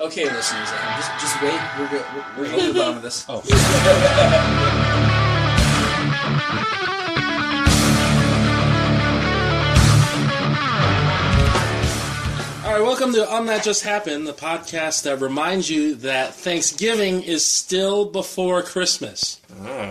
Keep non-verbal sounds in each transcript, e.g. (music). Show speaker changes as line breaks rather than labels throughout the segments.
Okay, listeners, at home, just just wait. We're go- we're, we're going to the bottom of this.
Oh.
All right, welcome to Um That Just Happened, the podcast that reminds you that Thanksgiving is still before Christmas,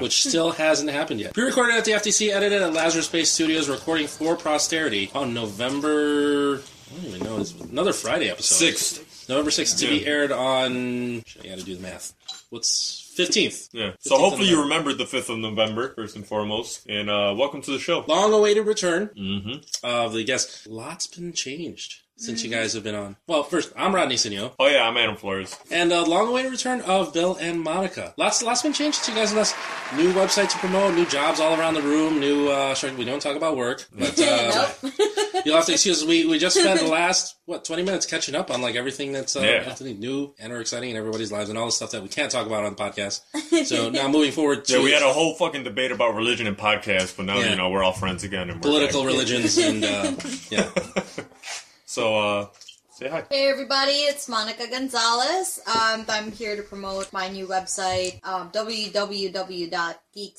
which still hasn't happened yet. Pre recorded at the FTC, edited at Lazarus Space Studios, recording for posterity on November. I don't even know. It's another Friday episode.
Sixth.
November 6th to be aired on. shit, I gotta do the math. What's 15th?
Yeah. So hopefully you remembered the 5th of November, first and foremost. And uh, welcome to the show.
Long awaited return
Mm-hmm.
of the guest. Lots been changed since you guys have been on. Well, first, I'm Rodney Sinio.
Oh, yeah, I'm Adam Flores.
And a long awaited return of Bill and Monica. Lots, lots been changed to you guys and us. New website to promote, new jobs all around the room, new, uh, sure, we don't talk about work, but, uh,
nope.
(laughs) you'll have to excuse us. We, we just spent the last, what, 20 minutes catching up on like everything that's, uh,
Yeah.
everything new and or exciting in everybody's lives and all the stuff that we can't talk about on the podcast. So now moving forward to
Yeah, we had a whole fucking debate about religion and podcasts, but now,
Yeah.
you know, we're all friends again. And we're
political
back.
religions and, uh, yeah.
So, uh, say hi.
Hey everybody, it's Monica Gonzalez. Um, I'm here to promote my new website, um,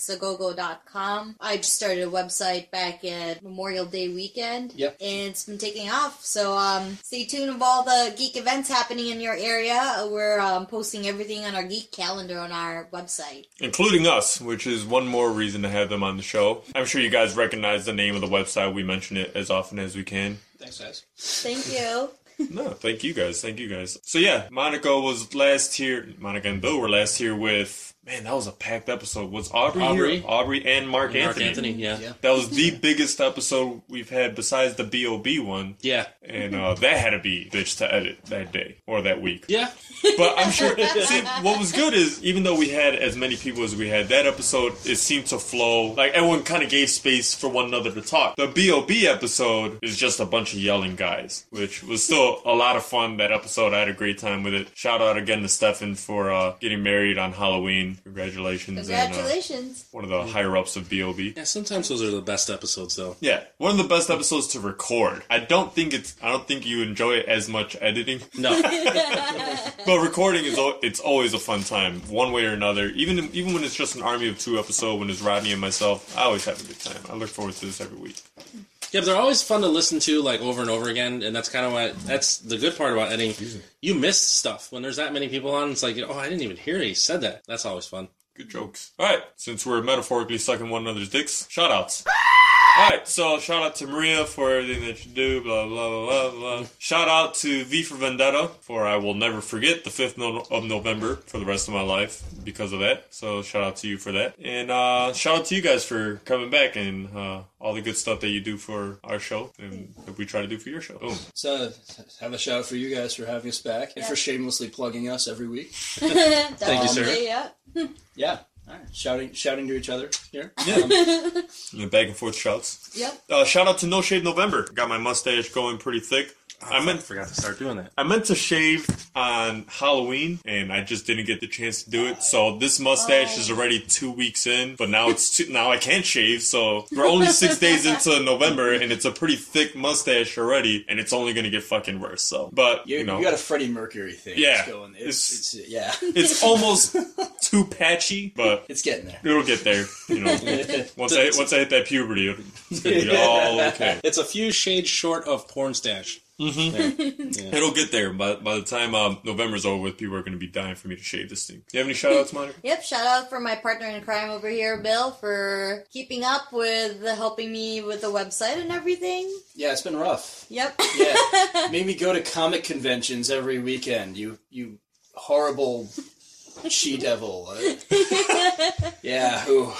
www.geeksagogo.com. I just started a website back at Memorial Day weekend,
Yep.
and it's been taking off. So um, stay tuned of all the geek events happening in your area. We're um, posting everything on our geek calendar on our website.
Including us, which is one more reason to have them on the show. I'm sure you guys recognize the name of the website. We mention it as often as we can.
Thanks, guys.
Thank you.
No, thank you guys. Thank you guys. So yeah, Monica was last here. Monica and Bill were last here with man. That was a packed episode. Was Aubrey
Aubrey.
here? Aubrey and Mark,
Mark
Anthony.
Anthony, yeah. Yeah.
Yeah.
That was the biggest episode we've had besides the Bob one,
Yeah.
and uh, that had to be bitch to edit that day or that week. But I'm sure. see, what was good is even though we had as many people as we had, that episode it seemed to flow. Like everyone kind of gave space for one another to talk. The Bob episode is just a bunch of yelling guys, which was still a lot of fun. That episode, I had a great time with it. Shout out again to Stefan for uh, getting married on Halloween. Congratulations! And, uh,
Congratulations. (laughs)
one of the higher ups of Bob.
Yeah, sometimes those are the best episodes though.
Yeah, one of the best episodes to record. I don't think it's. I don't think you enjoy it as much editing.
No.
But recording is al- it's always a fun time, one way or another. Even even when it's just an Army of Two episode, when it's Rodney and myself, I always have a good time. I look forward to this every week.
Yeah, but they're always fun to listen to, like over and over again, and that's kind of what that's the good part about editing. You miss stuff when there's that many people on. It's like, oh, I didn't even hear he said that. That's always fun.
Good jokes. All right, since we're metaphorically sucking one another's dicks, shout outs. All right, so shout out to Maria for everything that you do, blah, blah, blah, blah, blah. Shout out to V for Vendetta for I will never forget the 5th no- of November for the rest of my life because of that. So shout out to you for that. And uh, shout out to you guys for coming back and uh, all the good stuff that you do for our show and that we try to do for your show. Boom.
So have a shout out for you guys for having us back and for
Yeah.
shamelessly plugging us every week.
Thank
you, sir.
Yeah.
Yeah. All right. Shouting, shouting to each other here.
And back and forth shouts.
Yep.
Uh, shout out to No Shave November. Got my mustache going pretty thick. I meant
forgot to start doing that.
I meant to shave on Halloween and I just didn't get the chance to do it. So this mustache is already two weeks in, but now it's two, now I can't shave. So we're only six days into November and it's a pretty thick mustache already, and it's only gonna get fucking worse. So, but
You,
you, know,
you got a Freddie Mercury thing.
Yeah.
That's going. It's, it's, yeah. (laughs)
it's almost too patchy, but
It's getting there.
it'll get there.
(laughs)
You know, once I once I hit that puberty, it'll- it's gonna be all okay.
It's a few shades short of porn stash.
It'll get there. By by the time um, November's over with, people are gonna be dying for me to shave this thing. Do you have any shout outs, Monica?
Yep, shout out for my partner in crime over here, Bill, for keeping up with helping me with the website and everything.
Yeah, it's been rough.
Yep.
Yeah. Made me go to comic conventions every weekend. You, you horrible she devil. yeah. Ooh.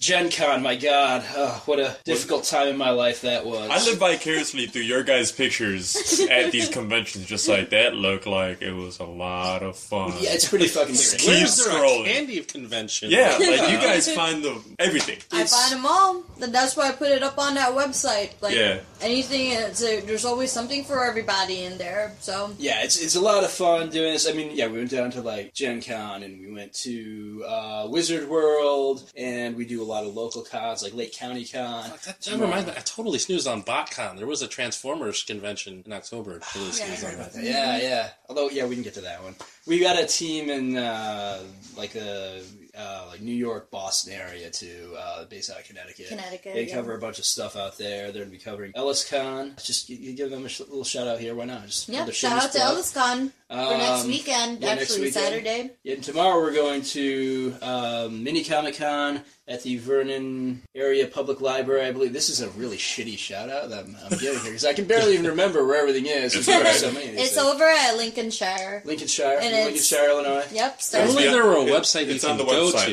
Gen Con, my God. Oh, what a difficult time in my life that was.
I live vicariously through your guys' pictures at these conventions, just like that. Look like it was a lot of fun.
Yeah, it's pretty fucking weird.
Keep
Where's there
scrolling.
a candy convention?
Yeah,
(laughs)
like you guys find the everything.
I find them all. Then that's why I put it up on that website. Like
Yeah.
anything, it's a, there's always something for everybody in there. So
Yeah, it's it's a lot of fun doing this. I mean, yeah, we went down to like Gen Con and we went to uh, Wizard World and we do a lot of local cons like Lake County Con.
Fuck, That, that reminds me, I totally snoozed on BotCon. There was a Transformers convention in October. I Totally
Yeah, I
snoozed
heard
on
about
that.
Yeah, yeah. Although, yeah, we can get to that one. We got a team in uh, like the uh, like New York, Boston area too, uh, based out of Connecticut.
Connecticut,
They
yeah.
cover a bunch of stuff out there. They're gonna be covering EllisCon. Just you, you give them a sh- little shout out here. Why not? Just
Yeah,
another
shout
shameless
out to
plug.
ElvisCon for next
Um,
weekend.
yeah,
actually,
next weekend.
Saturday.
Yeah, and tomorrow we're going to um, Mini Comic Con at the Vernon Area Public Library. I believe this is a really shitty shout out that I'm, I'm giving here because I can barely even remember where everything is.
(laughs)
It's
There's
all right.
so many of these
It's
things.
over at Lincolnshire.
Lincolnshire,
and it's-
Lincolnshire,
(laughs)
Illinois.
Yep,
If
starts.
only
Yeah,
there were a
it-
website you
it's
can
on the
go
website,
to.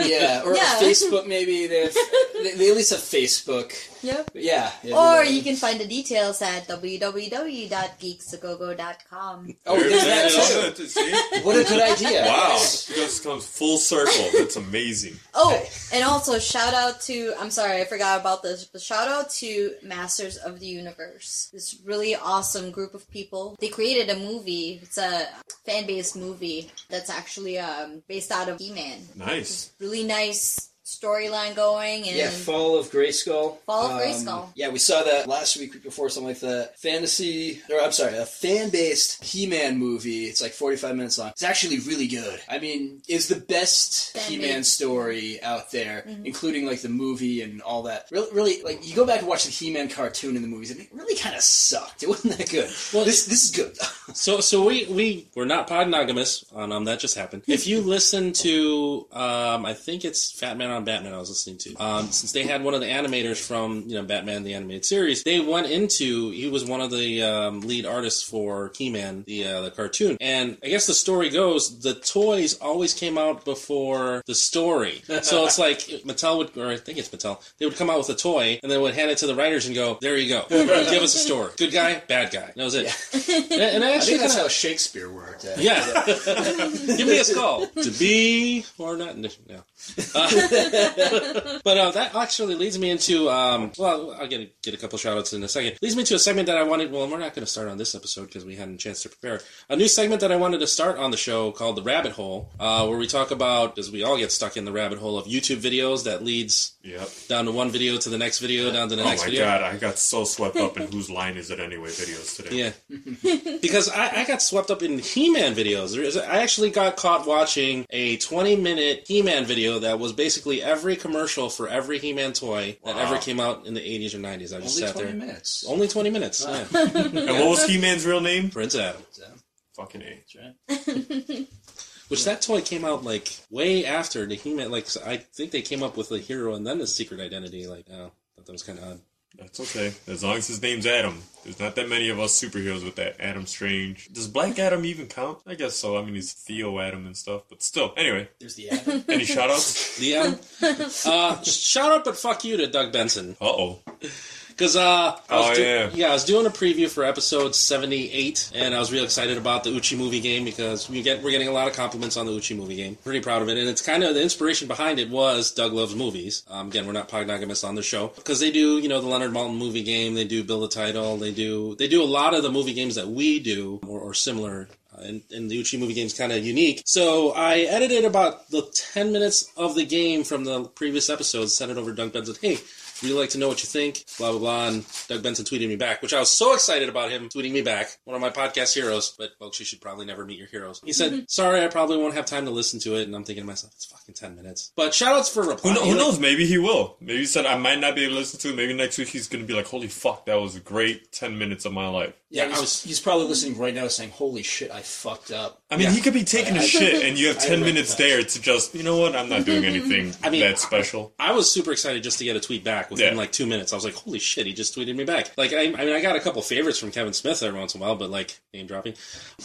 (laughs) Yeah, or
Yeah.
Facebook maybe. They, have, they, they at least have Facebook.
(laughs) Yep.
But yeah. yeah,
Or
they-
you can find the details at www.geeksagogo.com.
(laughs) Oh, there's that
too. See?
too. What a good idea.
Wow, it just comes full circle. That's amazing.
Oh, and also shout out to I'm sorry, I forgot about this, but shout out to Masters of the Universe. This really awesome group of people. They created a movie. It's a fan-based movie that's actually um, based out of He-Man.
Nice.
Really nice storyline going and
Yeah, Fall of Grayskull. Um,
Fall of Grayskull.
Yeah, we saw that last week, week before, something like that. Fantasy, or I'm sorry, a fan-based He-Man movie. It's like 45 minutes long. It's actually really good. I mean, it's the best
Fan-made.
He-Man story out there,
Mm-hmm.
including like the movie and all that. Really, really, like you go back and watch the He-Man cartoon in the movies, and it really kind of sucked. It wasn't that good.
Well,
this this is good.
So, so we we we're not podnogamous. Um, um, that just happened. If you listen to, um, I think it's Fat Man on Batman. I was listening to. Um, since they had one of the animators from you know Batman the animated series, they went into. He was one of the um, lead artists for He Man the uh, the cartoon, and I guess the story goes the toys always came out before the story. So it's like Mattel would, or I think it's Mattel, they would come out with a toy and then would hand it to the writers and go, "There you go, give us a story. Good guy, bad guy." And that was it. And, and I
I
actually
think that's
kinda-
how Shakespeare worked. uh,
yeah. (laughs) Give me a skull. To be or not. No. Uh, (laughs) but uh, that actually leads me into, um, well, I'll get a, get a couple shout outs in a second. Leads me to a segment that I wanted, well, we're not going to start on this episode because we hadn't a chance to prepare. A new segment that I wanted to start on the show called The Rabbit Hole, uh, where we talk about, because we all get stuck in the rabbit hole of YouTube videos that leads
Yep.
down to one video to the next video, down to the
Oh my
next video.
god, I got so swept up in whose line is it anyway videos today.
Yeah, because I, I got swept up in He-Man videos. There is, I actually got caught watching a 20-minute He-Man video that was basically every commercial for every He-Man toy that
Wow.
ever came out in the 80s or 90s. I just
Only
sat there.
20 minutes.
Only 20 minutes. yeah.
(laughs)
And what was He Man's real name?
Prince Adam.
So,
Fucking A.
that's right.
Which that toy came out like way after the He-Man. Like I think they came up with the hero and then the secret identity. Like oh, thought that was kind of odd.
That's okay. As long as his name's Adam. There's not that many of us superheroes with that. Adam Strange. Does Black Adam even count? I guess so. I mean, he's Theo Adam and stuff, but still. Anyway,
There's the ad. (laughs)
any shout outs?
The um, uh, shout out but fuck you to Doug Benson.
Uh oh.
Because uh, I
Oh,
was do-
yeah.
I was doing a preview for episode seventy-eight, and I was real excited about the Uchi movie game because we get we're getting a lot of compliments on the Uchi movie game. Pretty proud of it, and it's kind of the inspiration behind it was Doug loves movies. Um, again, we're not pognogamous on the show because they do you know the Leonard Maltin movie game, they do Bill the Title, they do they do a lot of the movie games that we do or, or similar uh, and, and the Uchi movie game's kind of unique. So I edited about the 10 minutes of the game from the previous episode, sent it over to Doug Benson. Hey, really like to know what you think, blah, blah, blah. And Doug Benson tweeted me back, which I was so excited about him tweeting me back, one of my podcast heroes. But folks, you should probably never meet your heroes. He said, sorry, I probably won't have time to listen to it. And I'm thinking to myself, it's fucking 10 minutes. But shout outs for
Who,
replying.
kno- who knows? Maybe he will. Maybe he said, I might not be able to listen to it. Maybe next week he's going to be like, holy fuck, that was a great 10 minutes of my life.
Yeah,
Yeah, I
he's,
was-
he's probably listening right now saying, holy shit, I fucked up.
I mean,
Yeah.
he could be taking a
I- (laughs)
shit, and you have
I
10 minutes
recognize.
there to just, you know what? I'm not
(laughs)
doing anything
I mean,
that special.
I was super excited just to get a tweet back within
Yeah.
like two minutes. I was like, "Holy shit!" He just tweeted me back. Like, I, I mean, I got a couple favorites from Kevin Smith every once in a while, but like name dropping,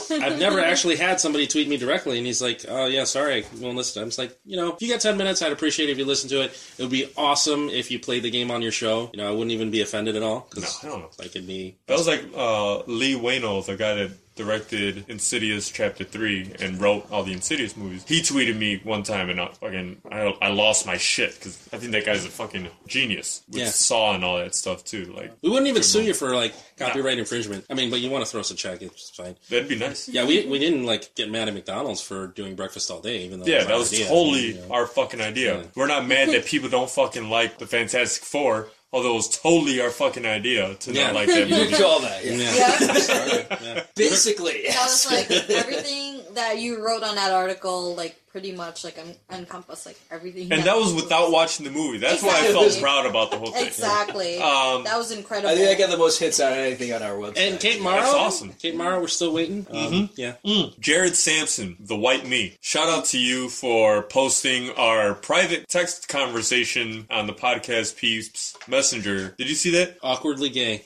I've never actually had somebody tweet me directly, and he's like, "Oh yeah, sorry, I won't listen." I'm just like, you know, if you got ten minutes, I'd appreciate it if you listen to it. It would be awesome if you played the game on your show. You know, I wouldn't even be offended at all
No,
because
I don't know.
like it'd be
That was like uh, Lee Wayno, the guy that directed Insidious Chapter 3 and wrote all the Insidious movies, he tweeted me one time and I fucking, I, I lost my shit because I think that guy's a fucking genius with
Yeah.
Saw and all that stuff too. Like,
We wouldn't even sue you for like copyright infringement. I mean, but you want to throw us a check? It's fine.
that'd be nice.
Yeah, we, we didn't like get mad at McDonald's for doing breakfast all day, even though
Yeah,
it
that was
our idea.
totally
You know.
our fucking idea.
Yeah.
We're not mad that people don't fucking like the Fantastic Four, although it was totally our fucking idea to
Yeah.
not like that
You
movie.
could call that. Yeah.
Yeah.
(laughs) Yeah.
Basically,
I was
(laughs) yes.
like, everything that you wrote on that article, like, pretty much, like, um, encompassed, like, everything.
And that was without watching the movie. That's why I felt
Exactly.
proud about the whole thing.
Exactly.
Um,
that was incredible.
I think I got the most hits out of anything on our website.
And Kate Mara,
That's awesome.
Kate Mara, we're still waiting. Um, yeah,
Jared Sampson, the white me. Shout out to you for posting our private text conversation on the podcast Peeps Messenger. Did you see that?
awkwardly gay.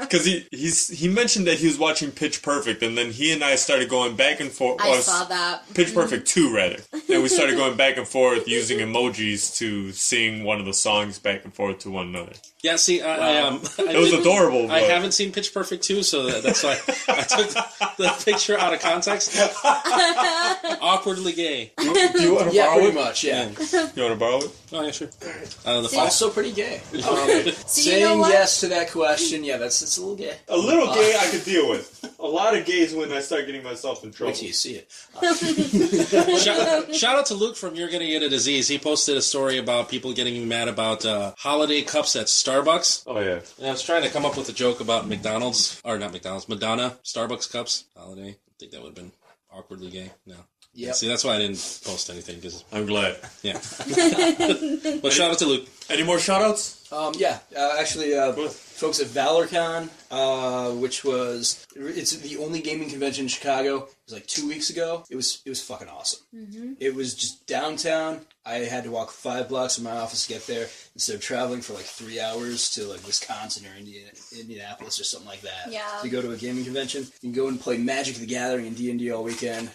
Because he he's, he mentioned that he was watching Pitch Perfect, and then he and I started going back and forth.
I
well,
saw that. Mm-hmm.
Pitch Perfect 2, rather. And we
(laughs)
started going back and forth using emojis to sing one of the songs back and forth to one another.
Yeah, see, I, I
(laughs)
um, I
It was
Mm-hmm.
did-
adorable. But
I haven't seen Pitch Perfect 2, so that, that's why I took the picture out of context. Awkwardly gay.
(laughs) Do you want to
yeah,
borrow
pretty
it?
much. Yeah.
You want to borrow it?
Oh, yeah, sure. Uh, the fox-
See?
Also pretty (laughs) gay. Um,
So you know
saying
what?
yes to that question, yeah, that's it's a little gay.
A little gay I could deal with. A lot of gays when I start getting myself in trouble.
Wait till you see it.
shout, shout out to Luke from You're Gonna Get a Disease. He posted a story about people getting mad about uh, holiday cups at Starbucks.
Oh, yeah.
And I was trying to come up with a joke about McDonald's, or not McDonald's, Madonna, Starbucks cups, holiday. I think that would have been awkwardly gay. No.
Yep.
See, that's why I didn't post anything, because,
I'm glad.
yeah. (laughs) but shout out to Luke.
Any more shout outs?
Um, yeah, uh, actually, uh,
Cool.
folks at ValorCon, uh, which was it's the only gaming convention in Chicago. It was like two weeks ago. It was it was fucking awesome.
Mm-hmm.
It was just downtown. I had to walk five blocks from my office to get there instead of traveling for like three hours to like Wisconsin or Indiana, Indianapolis or something like that.
Yeah.
To go to a gaming convention, you can go and play Magic the Gathering and D and D all weekend.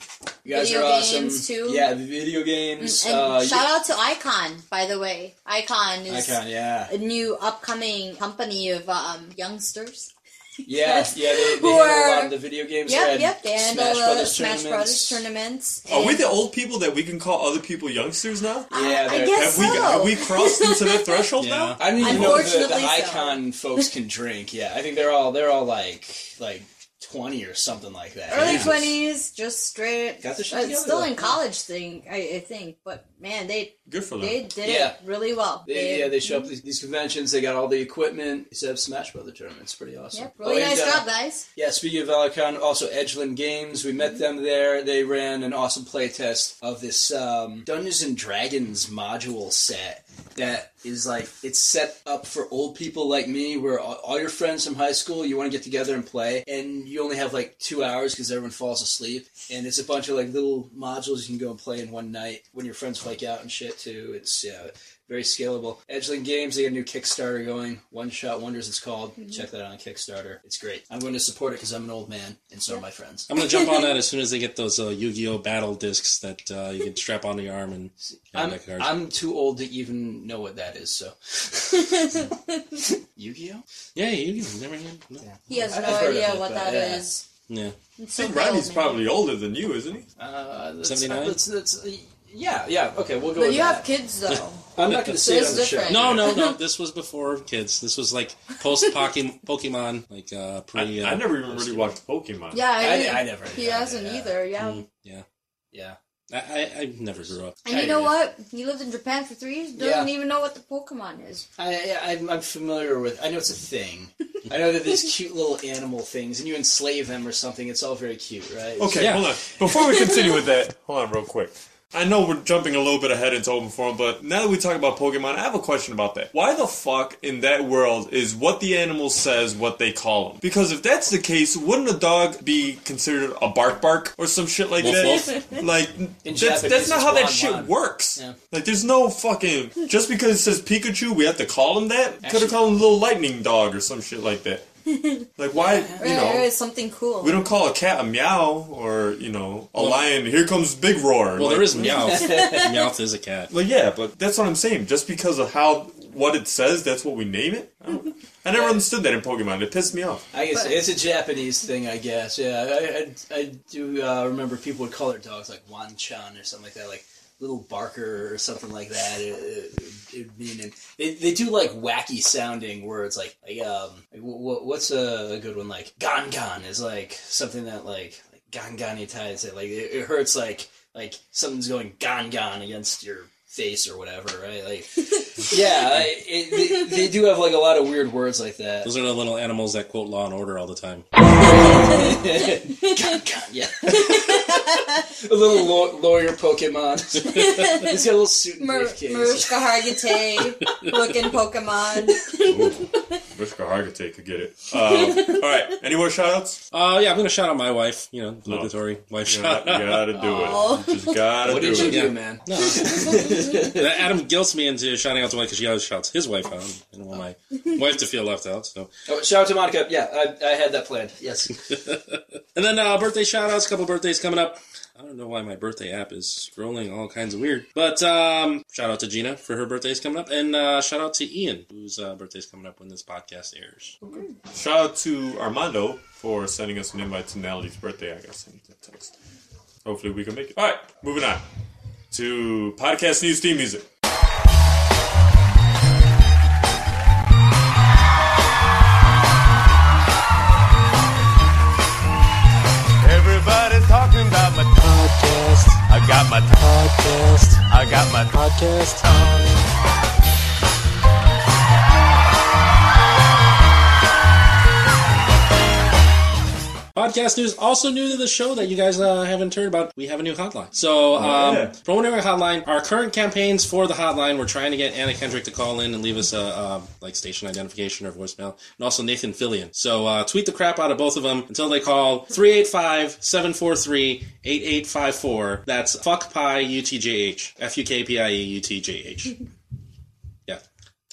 You guys
Video
are awesome.
games, too. Mm,
Yeah, video games.
And
uh, you-
shout out to Icon, by the way. Icon is
Icon, yeah,
a new upcoming company of um, youngsters.
yeah, yeah. They,
(laughs)
they
Who
handle a lot
are-
of the video games. They
Yep,
had
yep. They handle
Smash
the
Brothers
Smash Brothers
tournaments. Oh,
tournaments.
Are we
and-
the old people that we can call other people youngsters now?
Yeah,
I
they're-
guess
Have we,
so.
have we crossed into that threshold now?
I don't even know if the, the
Unfortunately so.
icon folks can drink. Yeah, I think they're all they're all like like twenty or something like that.
(laughs) Early
Jesus.
twenties, just straight.
Got the shit
it's
together,
still in
though.
college thing, I, I think. But man, they
Good for them.
they did
Yeah.
it really well.
They, yeah, they show up at these, these conventions. They got all the equipment. They set up Smash Brother tournaments. Pretty awesome.
Yep, really
Oh, and,
nice
uh,
job, guys. (laughs)
Yeah, speaking of Valorcon, also Edgeland Games. We met them there. They ran an awesome playtest of this um, Dungeons and Dragons module set that is like it's set up for old people like me, where all, all your friends from high school you want to get together and play, and you only have like two hours because everyone falls asleep, and it's a bunch of like little modules you can go and play in one night when your friends flake out and shit too. It's yeah. Very scalable. Edgeland Games, they got a new Kickstarter going. One Shot Wonders, it's called. Check that out on Kickstarter. It's great. I'm going to support it because I'm an old man, and so are my friends.
I'm gonna jump on that as soon as they get those uh, Yu-Gi-Oh battle discs that uh, you can strap onto your arm and
I'm,
deck cards.
I'm too old to even know what that is, so. Yu Gi Oh?
yeah, you can never. No. Yeah.
He has
I've
no
heard of
idea
it,
what
but
that
yeah.
is. It's
I
so
think Rodney's
old, man.
probably older than you, isn't he?
Uh, that's-
79?
that's- that's- uh, yeah, yeah, okay, we'll go
But
with
you
that.
have kids though.
(laughs) I'm not going to say it
It's
on the show.
different.
no, no, no. This was before kids. This was like post Pokemon, like uh, pre.
I, I
uh,
never even really watched Pokemon.
yeah, I,
I-
didn't-
I never
He
did that,
hasn't
yeah.
either. Yeah.
Mm, Yeah,
Yeah.
I, I, I never grew up.
And
I
you know
did.
what? He lived in Japan for three years. Doesn't even know what the Pokemon is.
I, I, I'm- I'm familiar with. I know it's a (laughs) thing. I know that these cute little animal things, and you enslave them or something. It's all very cute, right?
Okay,
Yeah.
hold on. Before we continue with that, hold on real quick. I know we're jumping a little bit ahead into open forum, but now that we talk about Pokemon, I have a question about that. Why the fuck in that world is what the animal says what they call them? Because if that's the case, wouldn't a dog be considered a bark bark or some shit like
Woof
that? Like that's,
Japanese,
that's not how that
it's
shit
wan wan.
works.
Yeah.
Like there's no fucking just because it says Pikachu, we have to call him that. Could
Actually-
have called him little lightning dog or some shit like that. Like why you
Right,
know?
right, something cool.
We don't call a cat a meow or, you know, a lion, here comes Big Roar.
Well,
like,
there is Meowth. Meowth is a cat.
Well, yeah, but that's what I'm saying. Just because of how what it says, that's what we name it. I, don't- I never understood that in Pokemon. It pissed
(laughs)
me off.
I guess it's a Japanese thing, I guess. Yeah, I I, I do uh, remember people would call their dogs like Wanchan or something like that, like little Barker or something like that. It, it, it'd mean and they, they do like wacky sounding words like, like um like, wh- wh- what's a, a good one like Gangan is like something that like like Gangani ties it like it, it hurts like like something's going Gangan against your face or whatever right like yeah I- it, they, they do have like a lot of weird words like that
Those are the little animals that quote Law and Order all the time.
Gun, gun, yeah. a little law- lawyer Pokemon. He's got a little suit and
Mar-
briefcase.
Marushka
(laughs)
Hargitay looking Pokemon.
Wish Hargate could get it. Um, all right. Any more shoutouts?
Uh, yeah, I'm gonna shout out my wife. You know, obligatory wife
You
shout out.
gotta do
Aw.
it. You just gotta
What
do
did you
it.
do,
Yeah.
man?
No. That Adam guilts me into shouting out to wife because he always shouts his wife out. I don't want my wife to feel left out. So,
(laughs) Oh, shout out to Monica. Yeah, I, I had that planned. Yes.
and then uh, birthday shout outs. Couple birthdays coming up. I don't know why my birthday app is scrolling all kinds of weird. But um, shout out to Gina for her birthday's coming up, and uh, shout out to Ian whose uh, birthday's coming up when this podcast airs.
Shout out to Armando for sending us an invite to Natalie's birthday. I gotta send you that text. Hopefully we can make it. All right, moving on to podcast news theme music.
Everybody talking about my podcast. I got my podcast. I got my podcast.
Podcast news also new to the show that you guys uh, haven't heard about. We have a new hotline. So, um,
yeah.
Pro Win Area Hotline, our current campaigns for the hotline, we're trying to get Anna Kendrick to call in and leave us a, uh like station identification or voicemail, and also Nathan Fillion. So, uh, tweet the crap out of both of them until they call 385 743 8854. That's fuck pie UTJH. F U K P I E UTJH. Yeah.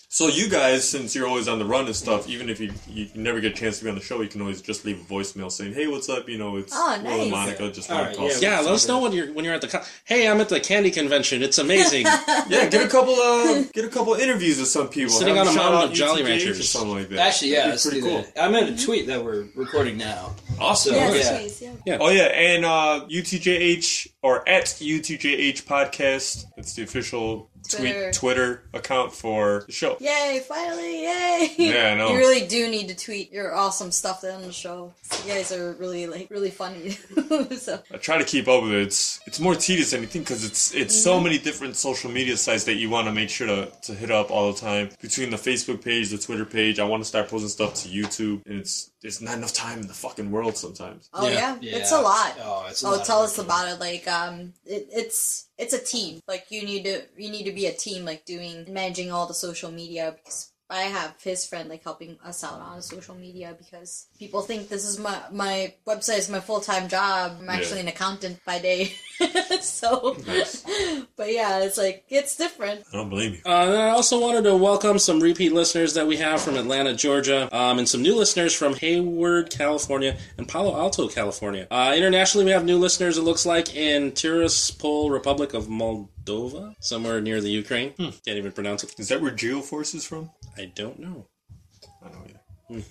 So you guys, since you're always on the run and stuff, even if you you never get a chance to be on the show, you can always just leave a voicemail saying, "Hey, what's up? You know, it's
Oh,
Will
nice.
and Monica. Just
All
want
right,
to call."
yeah,
some-
Yeah, let us know when you're when you're at the con- hey, I'm at the candy convention. It's amazing.
yeah. Get a
(laughs)
couple, uh, get a couple interviews with some people.
Sitting
Have
on a
shout
mountain
out
of Jolly
UTJH or
Ranchers.
something like that.
Actually, yeah,
That'd be
let's
pretty
do
cool.
that. I'm in a tweet that we're recording now.
Awesome.
Yeah.
Yes,
Yeah.
please, (laughs) yeah.
Oh yeah, and uh, UTJH or at UTJH podcast. It's the official
Twitter.
tweet Twitter account for the show.
Yay, finally, yay!
Yeah, I know.
You really do need to tweet your awesome stuff on the show. You guys are really, like, really funny. (laughs) so,
I try to keep up with it. It's it's more tedious than you think because it's it's so many different social media sites that you want to make sure to, to hit up all the time. Between the Facebook page, the Twitter page, I want to start posting stuff to YouTube, and it's there's not enough time in the fucking world sometimes.
oh
Yeah.
yeah,
Yeah.
it's a lot.
Oh, it's a
Oh,
lot.
tell us about it. Like, um, it, it's it's a team. Like, you need to you need to be a team. Like, doing managing all the social media because I have his friend like helping us out on social media because people think this is my my website is my full time job. I'm actually
Yeah.
an accountant by day, (laughs) so. But yeah, it's like it's different.
I don't blame you.
Uh, and I also wanted to welcome some repeat listeners that we have from Atlanta, Georgia, um, and some new listeners from Hayward, California, and Palo Alto, California. Uh, internationally, we have new listeners, it looks like, in Tiraspol, Republic of Moldova, somewhere near the Ukraine. Can't even pronounce it.
Is that where GeoForce is from?
I don't know.
I don't know. Either.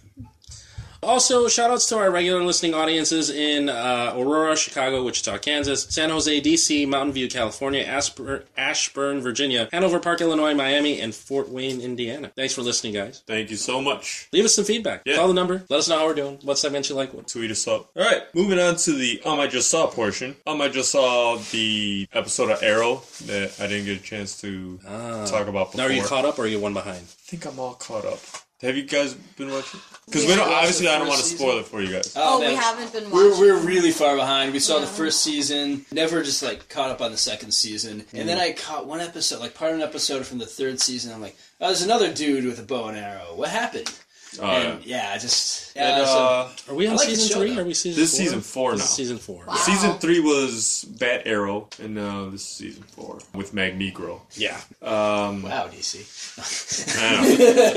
Also, shout outs to our regular listening audiences in uh, Aurora, Chicago, Wichita, Kansas, San Jose, D.C., Mountain View, California, Asper- Ashburn, Virginia, Hanover Park, Illinois, Miami, and Fort Wayne, Indiana. Thanks for listening, guys.
Thank you so much.
Leave us some feedback.
Yeah.
Call the number. Let us know how we're doing. What segments you like. What-
tweet us up. All right, moving on to the um I just saw portion. Um I just saw the episode of Arrow that I didn't get a chance to talk about
Now,
before.
are you caught up or are you one behind?
I think I'm all caught up. Have you guys been watching? Because
We
we don't
watched
obviously
the
I don't want
first Uh,
to spoil it for you guys.
Oh,
man.
we haven't been watching.
We're, we're really far behind. We saw the first season, never just like caught up on the second season. And then I caught one episode, like part of an episode from the third season. I'm like, oh, there's another dude with a bow and arrow. What happened?
Oh,
and yeah, I just. Yeah,
And,
so-
uh,
Are we on
I like the
season
show,
three?
though.
Are we season
This is
four? This
season four now.
is season four.
Wow.
Season three was Bat Arrow, and now this is season four with Magnegro.
(laughs)
Yeah.
Wow, DC.
I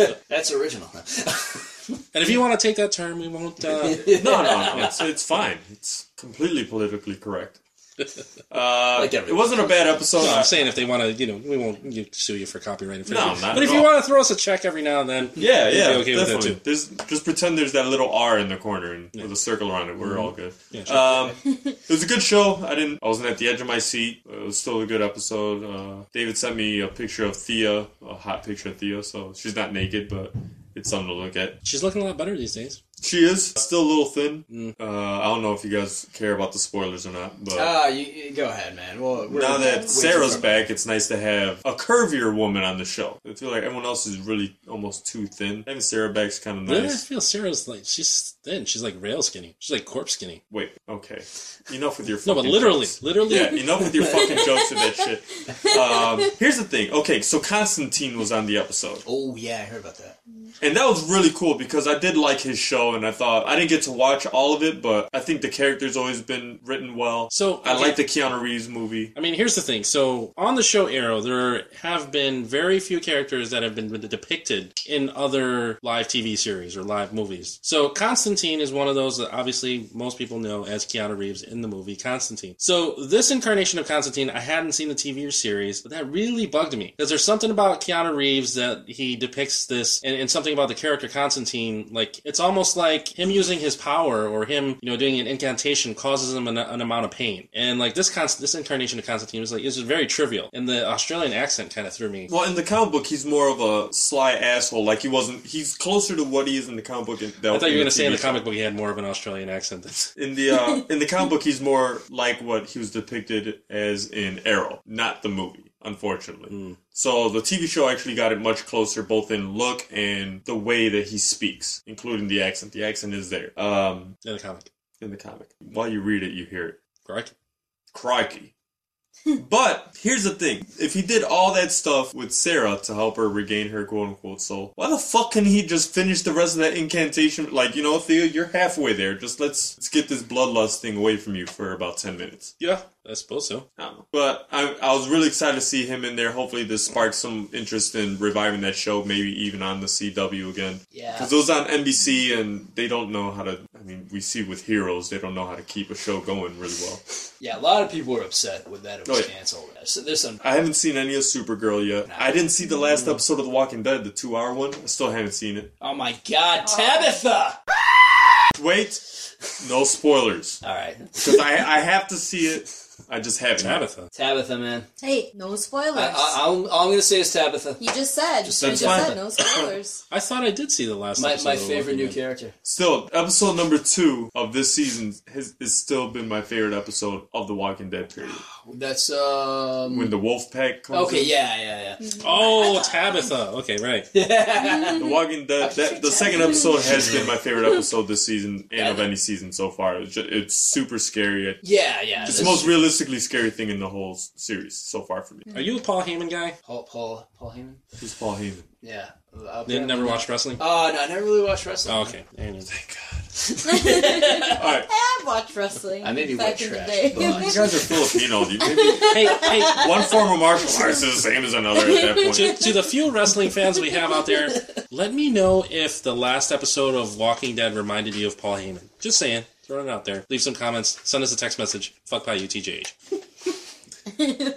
know.
(laughs) That's original.
And if you want to
(laughs)
take that term, we won't. Uh...
(laughs)
no, no, no, it's it's fine. It's completely politically correct. Uh,
Like everyone.
it wasn't a bad episode.
No, I'm saying if they want to, you know, we won't you- sue you for copyright infringement.
not
but
at
if you
all.
want to throw us a check every now and then,
yeah,
we'd
yeah,
be okay
definitely.
with that too.
There's just pretend there's that little R in the corner and with a circle around it. We're all good.
Mm-hmm. Yeah, sure.
Um, (laughs) it was a good show. I didn't. I wasn't at the edge of my seat. It was still a good episode. Uh, David sent me a picture of Thea, a hot picture of Thea. So she's not naked, but it's something to look at.
She's looking a lot better these days.
She is still a little thin.
Mm.
Uh, I don't know if you guys care about the spoilers or not, but
Ah, you, you go ahead, man. Well, we're
now
way
that Sarah's
too far-
back, it's nice to have a curvier woman on the show. I feel like everyone else is really almost too thin. Having Sarah back's kind of
Really, I
nice.
feel Sarah's like she's thin. She's like rail skinny. She's like corpse skinny.
Wait, okay. Enough with your
No, but
fucking
literally,
jokes.
literally,
Yeah, enough with your fucking jokes and that shit. Um, here's the thing. Okay, so Constantine was on the episode.
Oh yeah, I heard about that.
And that was really cool because I did like his show, and I thought I didn't get to watch all of it, but I think the character's always been written well.
So-
I like the Keanu Reeves movie.
I mean, here's the thing. So on the show Arrow, there have been very few characters that have been depicted in other live TV series or live movies. So Constantine is one of those that obviously most people know as Keanu Reeves in the movie Constantine. So this incarnation of Constantine, I hadn't seen the TV series, but that really bugged me because there's something about Keanu Reeves that he depicts this, and, and something about the character Constantine. Like it's almost like him using his power or him, you know, doing an incantation causes him an, an amount of pain. And like this, const- this incarnation of Constantine was like is very trivial, and the Australian accent kind of threw me.
Well, in the comic book, he's more of a sly asshole. Like he wasn't. He's closer to what he is in the comic book. In,
I thought you were going to say in the
TV
comic book he had more of an Australian accent. Than- (laughs)
In the uh, in the comic book, he's more like what he was depicted as in Arrow, not the movie, unfortunately. So the TV show actually got it much closer, both in look and the way that he speaks, including the accent. The accent is there um,
in the comic,
in the comic. While you read it, you hear it.
correct?
Crikey. but here's the thing: if he did all that stuff with Sarah to help her regain her "quote unquote" soul, why the fuck can he just finish the rest of that incantation? Like, you know, Theo, you're halfway there. Just let's let's get this bloodlust thing away from you for about ten minutes.
Yeah, I suppose so.
I don't know. But I, I was really excited to see him in there. Hopefully, this sparked some interest in reviving that show, maybe even on the CW again.
Yeah.
Because it was on NBC, and they don't know how to. I mean, we see with Heroes, they don't know how to keep a show going really well.
Yeah, a lot of people were upset with that it was
Oh, yeah.
canceled. So there's some
I haven't seen any of Supergirl yet. I didn't see the last episode of The Walking Dead, the two hour one. I still haven't seen it.
Oh my god, Tabitha!
Wait, no spoilers.
Alright.
Because I, I have to see it. I just haven't.
Tabitha.
Tabitha, man.
Hey, no spoilers.
I, I, all, all I'm gonna say is Tabitha.
you just said. you
that's
just
fine.
said no
(laughs)
spoilers. (laughs)
I thought I did see the last.
My,
episode
my
of The
favorite
Walking
new
Dead.
character.
Still, episode number two of this season has, has still been my favorite episode of The Walking Dead, period.
That's, um.
When the wolf pack comes
Okay,
in,
yeah, yeah, yeah.
Oh, Tabitha. Okay, right.
The Walking Dead, that, the second episode has been my favorite episode this season and of any season so far. It's, just, it's super scary.
(laughs) Yeah, yeah. This
It's the most realistically scary thing in the whole s- series so far for me.
Are you a Paul Heyman guy?
Paul, Paul, Paul Heyman?
Who's Paul Heyman?
Yeah. Uh,
Didn't
apparently-
never watch wrestling.
Oh, no, I never really watched wrestling.
Oh, okay.
All right,
I've watched wrestling.
I maybe
back
watched
in the
trash.
day.
but-
you guys are Filipino. You maybe
hey, hey,
one form of martial arts is the same as another at that
to,
point.
to the few wrestling fans we have out there, let me know if the last episode of Walking Dead reminded you of Paul Heyman. Just saying. Throwing it out there. Leave some comments. Send us a text message. Fuck by UTJH.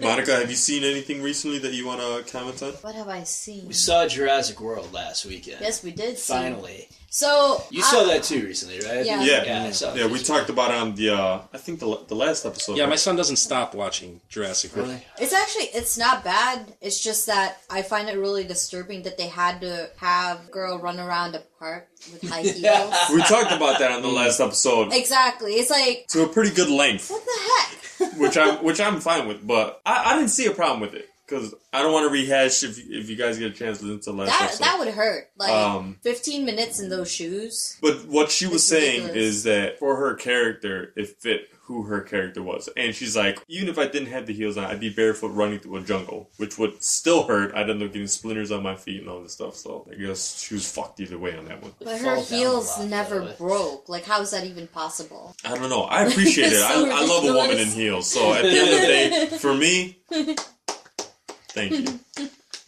(laughs) Monica, have you seen anything recently that you want to comment on?
What have I seen?
We saw Jurassic World last weekend.
Yes, we did see.
Finally.
So uh,
You
I-
saw that too recently, right?
Yeah.
Yeah,
Yeah, I saw
yeah.
it.
We talked about it on the, uh, I think the, the last episode.
Yeah, my son doesn't stop watching Jurassic World.
Really?
It's actually it's not bad. It's just that I find it really disturbing that they had to have girl run around a park with
(laughs)
high heels.
we talked about that
(laughs)
on the last episode
exactly. It's like
to a pretty good length,
(laughs)
what the heck?
which I'm which I'm fine with. But I, I didn't see a problem with it because I don't want to rehash if if you guys get a chance to listen to the last
That
episode.
that would hurt. Like
Um,
15 minutes in those shoes.
But what she was
It's
saying
ridiculous.
is that for her character, it fit who her character was. And she's like, even if I didn't have the heels on, I'd be barefoot running through a jungle, which would still hurt. I'd end up getting splinters on my feet and all this stuff. So I guess she was fucked either way on that one.
But
fall
her
down a
heels
lot,
never
though.
broke. Like how is that even possible?
I don't know. I appreciate it.
So
I, I love a woman in
ridiculous.
heels. So at the end of the day, for me, thank you.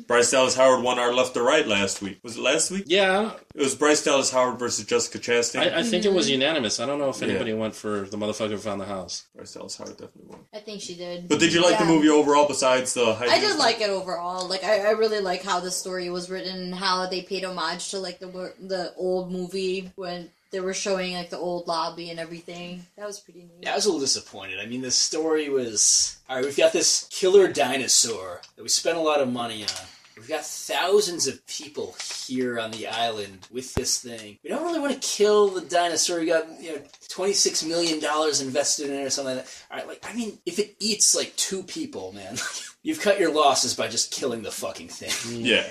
Bryce Dallas Howard won our left to right last week. Was it last week?
Yeah,
It was Bryce Dallas Howard versus Jessica Chastain.
I, I think it was unanimous. I don't know if
Yeah.
anybody went for the motherfucker who found the house.
Bryce Dallas Howard definitely won.
I think she did.
But did you like the
Yeah.
movie overall besides the high
I did like it overall. Like I, I really like how the story was written and how they paid homage to like the wor- the old movie when they were showing like the old lobby and everything. That was pretty neat.
Yeah, I was a little disappointed. I mean, the story was all right. We've got this killer dinosaur that we spent a lot of money on. We've got thousands of people here on the island with this thing. We don't really want to kill the dinosaur. We got you know twenty six million dollars invested in it or something like that. All right, like I mean, if it eats like two people, man, (laughs) you've cut your losses by just killing the fucking thing. (laughs)
Yeah.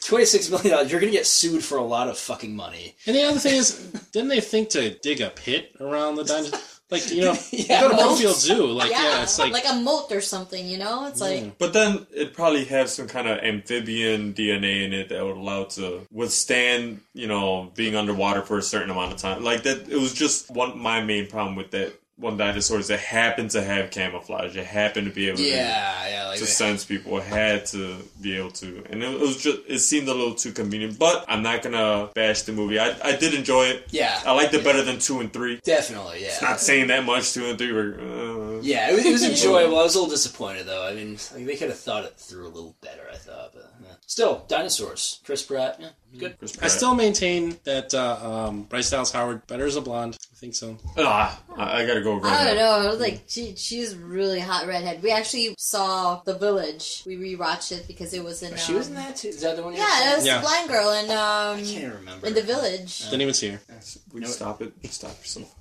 twenty six million dollars. You're gonna get sued for a lot of fucking money.
And the other thing is, didn't they think to dig a pit around the dinosaur? Like you know,
(laughs) Yeah.
you go to Brookfield Zoo. Like yeah,
Yeah,
it's like,
a moat or something. You know, it's like
But then it probably had some kind of amphibian DNA in it that would allow it to withstand, you know, being underwater for a certain amount of time. Like that, it was just one. My main problem with that one dinosaur is it happened to have camouflage. It happened to be able to.
Yeah, yeah, like
To sense people It had to be able to, and it was just it seemed a little too convenient. But I'm not gonna bash the movie. I, I did enjoy it.
Yeah.
I liked it better than two and three.
definitely. Yeah,
Not saying that much. Two and three were. Uh,
Yeah, it was, it
(laughs)
was enjoyable. I was a little disappointed though. I mean, like, they could have thought it through a little better. I thought, but yeah. still, dinosaurs. Chris Pratt, yeah, good.
Chris
I
Pratt.
still maintain that uh, um, Bryce Dallas Howard better as a blonde. I think so.
Ah, I, I gotta
Mm,
go.
I
redhead.
don't know.
Mm.
It was like she she's really hot redhead. We actually saw The Village. We rewatched it because it was in. Um,
She was in that too. Is that the one?
Yeah, that was
Yeah.
the blind girl in
I
um
can't remember. Uh,
in The Village.
Didn't even see her.
Would you stop it? Just stop
(laughs)
yourself.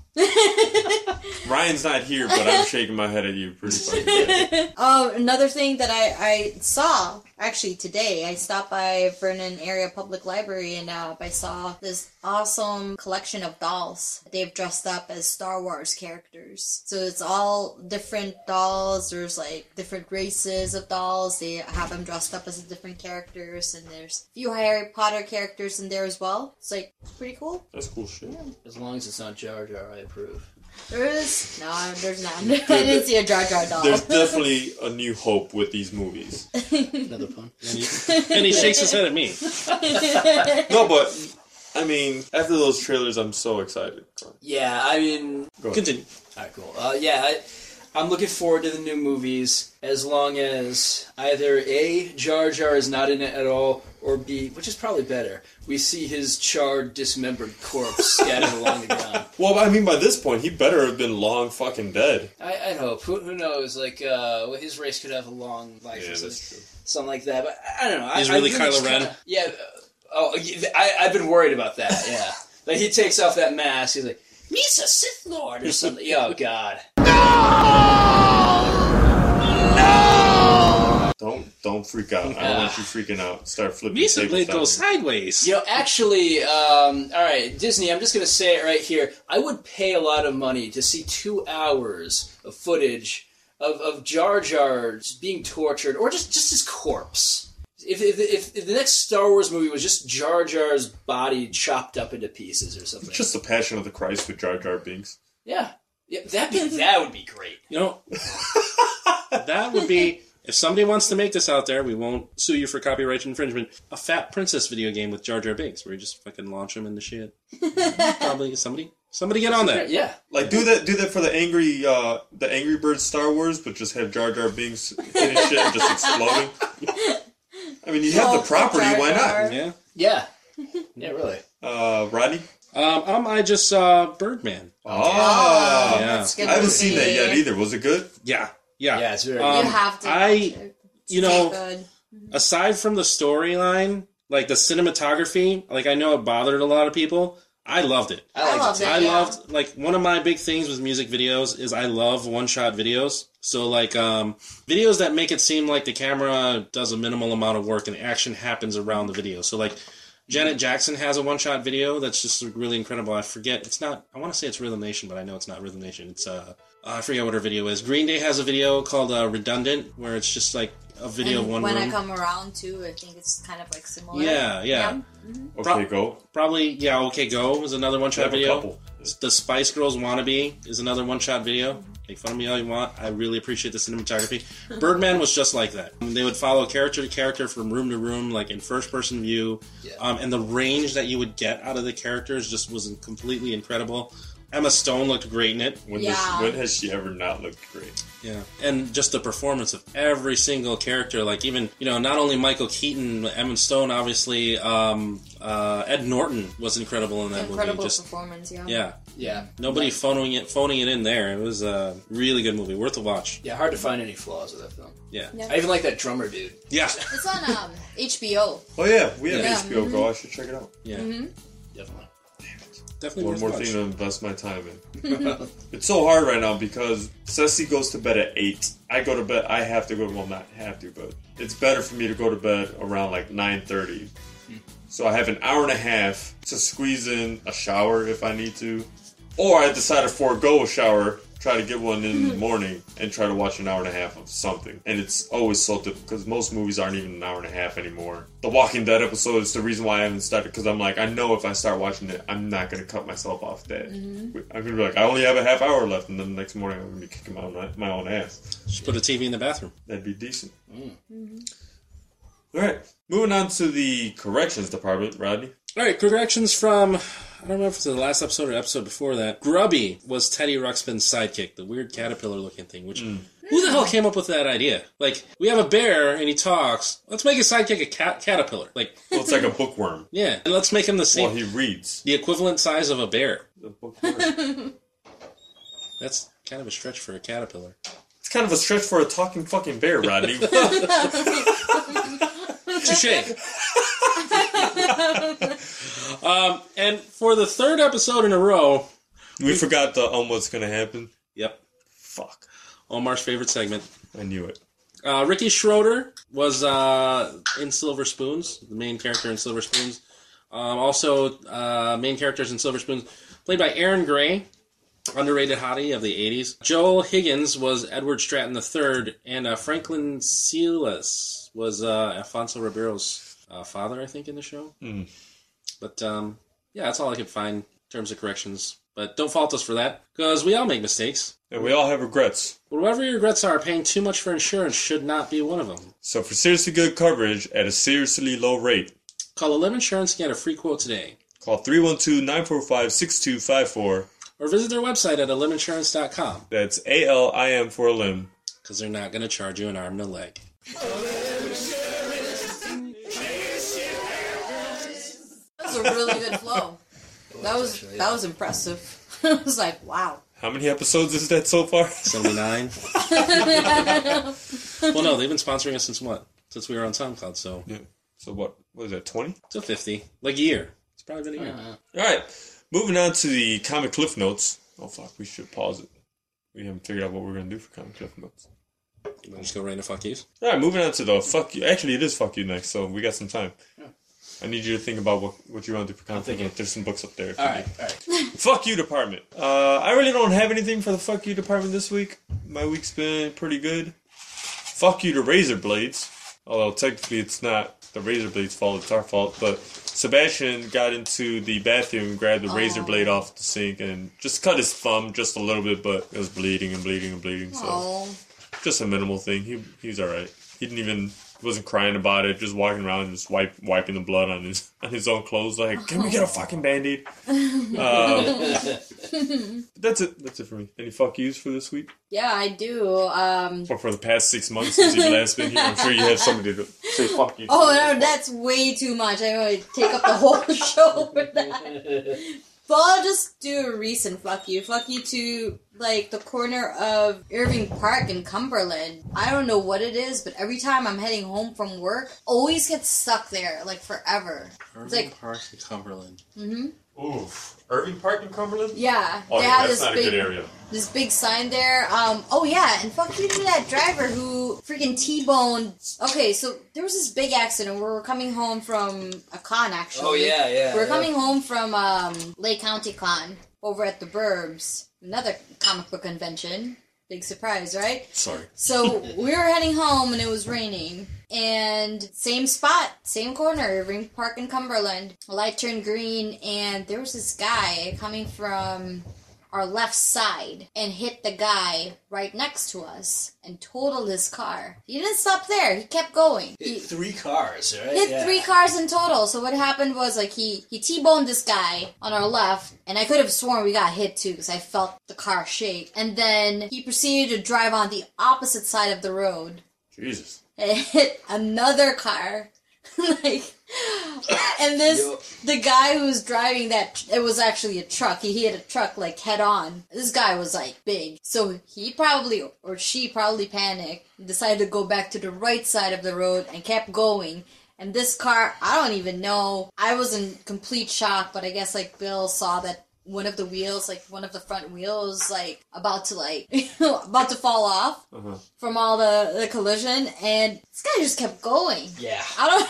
Ryan's not here, but I'm shaking my head at you
(laughs)
pretty fucking bad.
Um, another thing that I, I saw actually today, I stopped by Vernon Area Public Library and uh, I saw this awesome collection of dolls. They've dressed up as Star Wars characters, so it's all different dolls. There's like different races of dolls. They have them dressed up as different characters, and there's a few Harry Potter characters in there as well. It's like pretty cool.
That's cool shit.
As long as it's not Jar Jar, I
(laughs)
approve.
There is no, there's not. (laughs) I didn't see a Jar Jar doll. (laughs)
There's definitely a new hope with these movies.
Another pun.
And he shakes his head at me.
No, but I mean, after those trailers, I'm so excited.
(laughs) yeah, I mean,
Continue.
all right, cool. Uh, yeah, I, I'm looking forward to the new movies as long as either a Jar Jar is not in it at all, or b, which is probably better, we see his charred, dismembered corpse scattered along the ground.
Well, I mean, by this point, he better have been long fucking dead.
I, I'd hope. Who, who knows? Like, uh, well, his race could have a long life or something, something like that. But I- I don't know.
He's
I,
really
I
Kylo
just
Ren.
kinda- yeah. uh, Oh, y- I, I've been worried about that. Yeah. like he takes off that mask. He's like, "Me's a Sith Lord" or something.
(laughs)
oh God.
Don't don't freak out. I don't want you freaking out. Start flipping.
Misa
tables
blade
down.
goes sideways.
You know, actually, um, all right, Disney. I'm just gonna say it right here. I would pay a lot of money to see two hours of footage of, of Jar Jar just being tortured, or just just his corpse. If, if, if, if the next Star Wars movie was just Jar Jar's body chopped up into pieces or something,
Just the Passion of the Christ with Jar Jar Binks.
yeah, yeah, that be that would be great.
You know, that would be if somebody wants to make this out there. We won't sue you for copyright infringement. A Fat Princess video game with Jar Jar Binks, where you just fucking launch him into shit. Probably somebody, somebody get on
(laughs)
that.
Yeah,
Like do that, do that for the angry, uh, the Angry Birds Star Wars, but just have Jar Jar Binks hitting shit and just exploding. I mean, you have the
Well,
property,
Jar
why not?
Jar.
Yeah.
yeah, yeah, really.
Uh, Rodney,
Um, um, I just saw Birdman.
oh,
yeah.
That's good
I haven't
to
seen that
see.
yet either. Was it good?
Yeah. Yeah.
Yeah, it's very
Um,
You have to.
I-
watch it. It's
you know,
good.
aside from the storyline, like the cinematography, like I know it bothered a lot of people. I loved it.
I liked
I love
it.
that.
I
yeah.
loved like one of my big things with music videos is I love one shot videos. So like um videos that make it seem like the camera does a minimal amount of work and action happens around the video. So like Janet Jackson has a one shot video that's just really incredible. I forget it's not I want to say it's Rhythm Nation, but I know it's not Rhythm Nation. It's uh I forget what her video is. Green Day has a video called uh, "Redundant," where it's just like a video of
And
one
when
room.
I come around too, I think it's kind of like similar.
yeah, yeah,
Okay, go.
Probably yeah. Okay, go is another one
I
shot
have a
video.
couple.
The Spice Girls wannabe is another one shot video. Make fun of me all you want. I really appreciate the
(laughs)
cinematography. Birdman was just like that. They would follow character to character from room to room, like in first person view. Um, and the range that you would get out of the characters just was completely incredible. Emma Stone looked great in it.
When,
Yeah.
does, when has she ever not looked great?
Yeah. And just the performance of every single character, like even, you know, not only Michael Keaton, Emma Stone, obviously, um, uh, Ed Norton was incredible in that
incredible
movie. Just,
performance. Yeah.
yeah.
Yeah.
Nobody phoning it phoning it in there. It was a really good movie, worth a watch.
Yeah, hard to find any flaws with that film.
Yeah,
Yeah.
I even like that drummer dude.
yeah,
It's on um, HBO.
Oh yeah, we have
Yeah. Mm-hmm.
HBO Go. I should check it out.
(laughs) yeah.
Definitely.
Definitely
One
worth
more
a watch.
thing to invest my time in.
(laughs)
it's so hard right now because Ceci goes to bed at eight. I go to bed. I have to go. Well, not have to, but it's better for me to go to bed around like nine thirty. So I have an hour and a half to squeeze in a shower if I need to, or I decide to forego a shower, try to get one in the morning, and try to watch an hour and a half of something. And it's always so difficult because most movies aren't even an hour and a half anymore. The Walking Dead episode is the reason why I haven't started because I'm like, I know if I start watching it, I'm not gonna cut myself off that. I'm gonna be like, I only have a half hour left, and then the next morning I'm gonna be kicking my own, my own ass.
Just put a TV in the bathroom.
That'd be decent. Mm-hmm. All right, moving on to the corrections department, Rodney.
All right, corrections from I don't remember if it's the last episode or episode before that. Grubby was Teddy Ruxpin's sidekick, the weird caterpillar looking thing. Which
Mm.
who the hell came up with that idea? Like we have a bear and he talks. Let's make his sidekick a cat- caterpillar. Like
Well, it's like a (laughs) bookworm.
yeah, and let's make him the same,
Well, he reads.
the equivalent size of a bear.
The bookworm.
That's kind of a stretch for a caterpillar.
it's kind of a stretch for a talking fucking bear, Rodney. (laughs)
Touche. um, and for the third episode in a row,
we forgot the um what's gonna happen.
yep,
Fuck.
Omar's favorite segment.
I knew it.
Uh, Ricky Schroeder was uh, in Silver Spoons, the main character in Silver Spoons. Um, also, uh, main characters in Silver Spoons, played by Aaron Gray, underrated hottie of the 80s. Joel Higgins was Edward Stratton III, and uh, Franklin Silas was uh, Alfonso Ribero's uh, father, I think, in the show. But um, yeah, that's all I could find in terms of corrections. But don't fault us for that, because we all make mistakes.
And we all have regrets.
Whatever your regrets are, paying too much for insurance should not be one of them.
So for seriously good coverage at a seriously low rate,
Call 11 Insurance and get a free quote today.
call 312-945-6254.
Or visit their website at 11insurance.com
That's A L I M for a limb.
because they're not going to charge you an arm and a leg.
That was a really good flow. That was that was impressive. (laughs) I was like, wow.
How many episodes is that so far? (laughs)
(laughs)
79. well, no, they've been sponsoring us since what? Since we were on SoundCloud, so
Yeah. So what? What is that? Twenty?
to 50. Like a year. It's probably been a year.
Uh-huh.
All right, moving on to the comic cliff notes. Oh fuck, we should pause it. We haven't figured out what we're gonna do for comic cliff notes.
You wanna just go right into fuck yous.
All right, moving on to the fuck you. Actually, it is fuck you next, so we got some time. I need you to think about what, what you want to do for comic cliff notes. There's some books up there.
All right, all right.
Fuck you department. Uh, I really don't have anything for the fuck you department this week. My week's been pretty good. Fuck you to razor blades. Although technically it's not the razor blades' fault; it's our fault. But Sebastian got into the bathroom, grabbed the razor blade off the sink, and just cut his thumb just a little bit, but it was bleeding and bleeding and bleeding. So
Oh,
just a minimal thing. He he's all right. He didn't even wasn't crying about it. Just walking around, and just wipe, wiping the blood on his (laughs) on his own clothes. Like, can we get a fucking band-aid? Um, that's it. That's it for me. Any fuck yous for this week
yeah, I do. Um,
or for the past six months since you last been here? I'm sure you have somebody to say fuck you.
Oh no, that's way too much. I'm gonna take up the whole (laughs) show for that. But I'll just do a recent fuck you. Fuck you to like the corner of Irving Park in Cumberland. I don't know what it is, but every time I'm heading home from work, always get stuck there, like forever. It's like
Park in Cumberland.
Oof. Irving Park in Cumberland.
yeah,
Oh
they
yeah,
have
that's
this
not a
big
good area.
this big sign there. Um, oh yeah, and fuck you to that driver who freaking T-boned. Okay, so there was this big accident. We were coming home from a con, actually.
Oh, yeah, yeah,
We were
yeah.
coming home from um, Lake County Con over at the Burbs, another comic book convention. Big surprise, right?
Sorry.
So we were heading home and it was raining. And same spot, same corner, Ring Park in Cumberland. The light turned green and there was this guy coming from our left side and hit the guy right next to us and totaled his car. He didn't stop there. He kept going. He,
Hit (laughs) three cars, right?
hit
Yeah.
three cars in total. So what happened was like he he t-boned this guy on our left, and I could have sworn we got hit too because I felt the car shake. And then he proceeded to drive on the opposite side of the road
Jesus.
and (laughs) hit another car. (laughs) like, and this
Yup.
the guy who was driving that it was actually a truck. He hit a truck like head on. This guy was like big, so he probably or she probably panicked, decided to go back to the right side of the road and kept going. And this car, I don't even know. I was in complete shock, but I guess like Bill saw that one of the wheels, like one of the front wheels, like about to like (laughs) about to fall off from all the the collision, and this guy just kept going.
Yeah.
I don't (laughs) know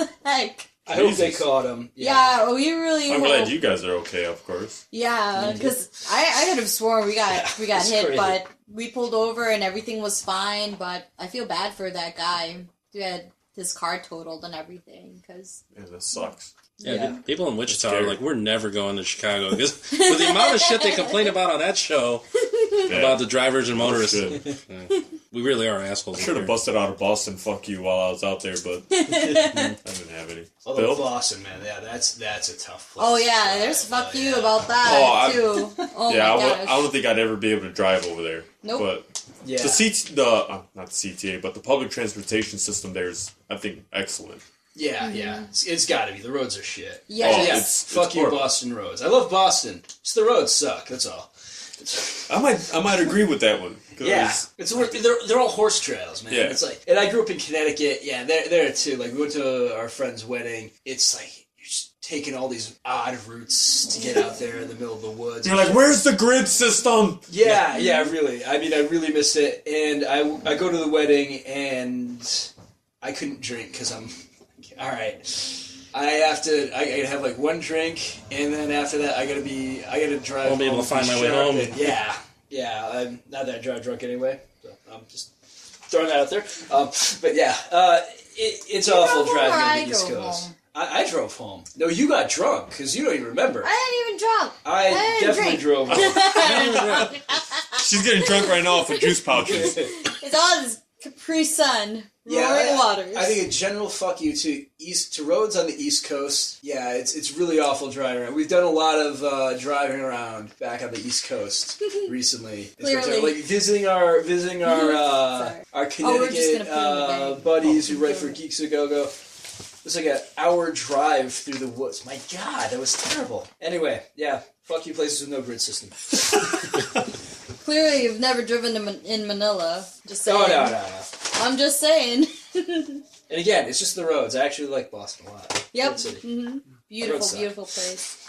what the heck.
I hope they
Jesus.
caught him.
Yeah, we really.
I'm
hope-
glad you guys are okay, of course.
Yeah, because I, I could have sworn we got
Yeah,
we got
it's
hit,
crazy.
but we pulled over and everything was fine. But I feel bad for that guy who had his car totaled and everything. Because
Yeah, that sucks.
Yeah,
Yeah.
the people in Wichita
That's
are
scary.
like, we're never going to Chicago because with the amount of shit they complain about on that show
Yeah.
about the drivers and motorists,
Should
we really are assholes. up
have
here.
busted out of Boston. Fuck you while I was out there, but I
(laughs)
didn't have any.
Although
Bill?
Boston, Oh, man, yeah, that's that's a tough place.
oh yeah, there's
Oh,
fuck you
yeah.
about
Oh, I- (laughs)
that too. Oh
yeah, I
my
w-
gosh.
I don't think I'd ever be able to drive over there.
Nope.
But
Yeah.
the CT, the uh, not the CTA, but the public transportation system there is, I think, excellent.
Yeah, yeah. It's, it's got to be. The roads are shit.
Mm-hmm. Yeah.
Oh,
Yes.
yeah.
it's,
Fuck
it's
you,
horrible.
Boston roads. I love Boston. Just the roads suck. That's all.
I might, I might agree with that one. 'cause
Yeah, it's wor- they're, they're all horse trails, man.
Yeah.
It's like, and I grew up in Connecticut. Yeah, there there too. Like we went to our friend's wedding. It's like you're just taking all these odd routes to get out there in the middle of the woods.
You're like, where's the grid system?
Yeah, yeah, really. I mean, I really miss it. And I, I go to the wedding and I couldn't drink because I'm. (laughs) All right. I have to. I gotta have like one drink, and then after that, I gotta be. I gotta drive.
Won't be able
home,
to find my way
sharp,
home.
and- yeah, yeah. I'm not that I drive drunk anyway. So I'm just throwing that out there. Um, but yeah, uh, it, it's awful
drove home
driving
or
on
I
the East
drove
Coast.
home?
I, I drove home. No, you got drunk because you don't even remember. I,
I didn't even drop. didn't
definitely
drink.
drove home. (laughs)
(laughs)
She's getting drunk right now off of
(laughs)
juice pouches.
It's all this Capri Sun, roaring
I,
waters.
I think a general fuck you to east to roads on the East Coast. Yeah, it's it's really awful driving around. We've done a lot of uh, driving around back on the East
(laughs)
Coast recently, especially
Clearly.
like visiting our visiting our uh,
(laughs) Sorry.
our
Oh, we're just
Connecticut
gonna put it in the
uh,
bag. Oh,
buddies who write for Geeks A Go Go. It's like an hour drive through the woods. My God, that was terrible. Anyway, yeah, fuck you places with no grid system.
(laughs)
Clearly, you've never driven to Man- in Manila. Just saying.
Oh no, no, no.
I'm just saying. (laughs)
And again, it's just the roads. I actually like Boston a lot.
Yep.
Good city.
hmm
Roadside.
Beautiful, beautiful place.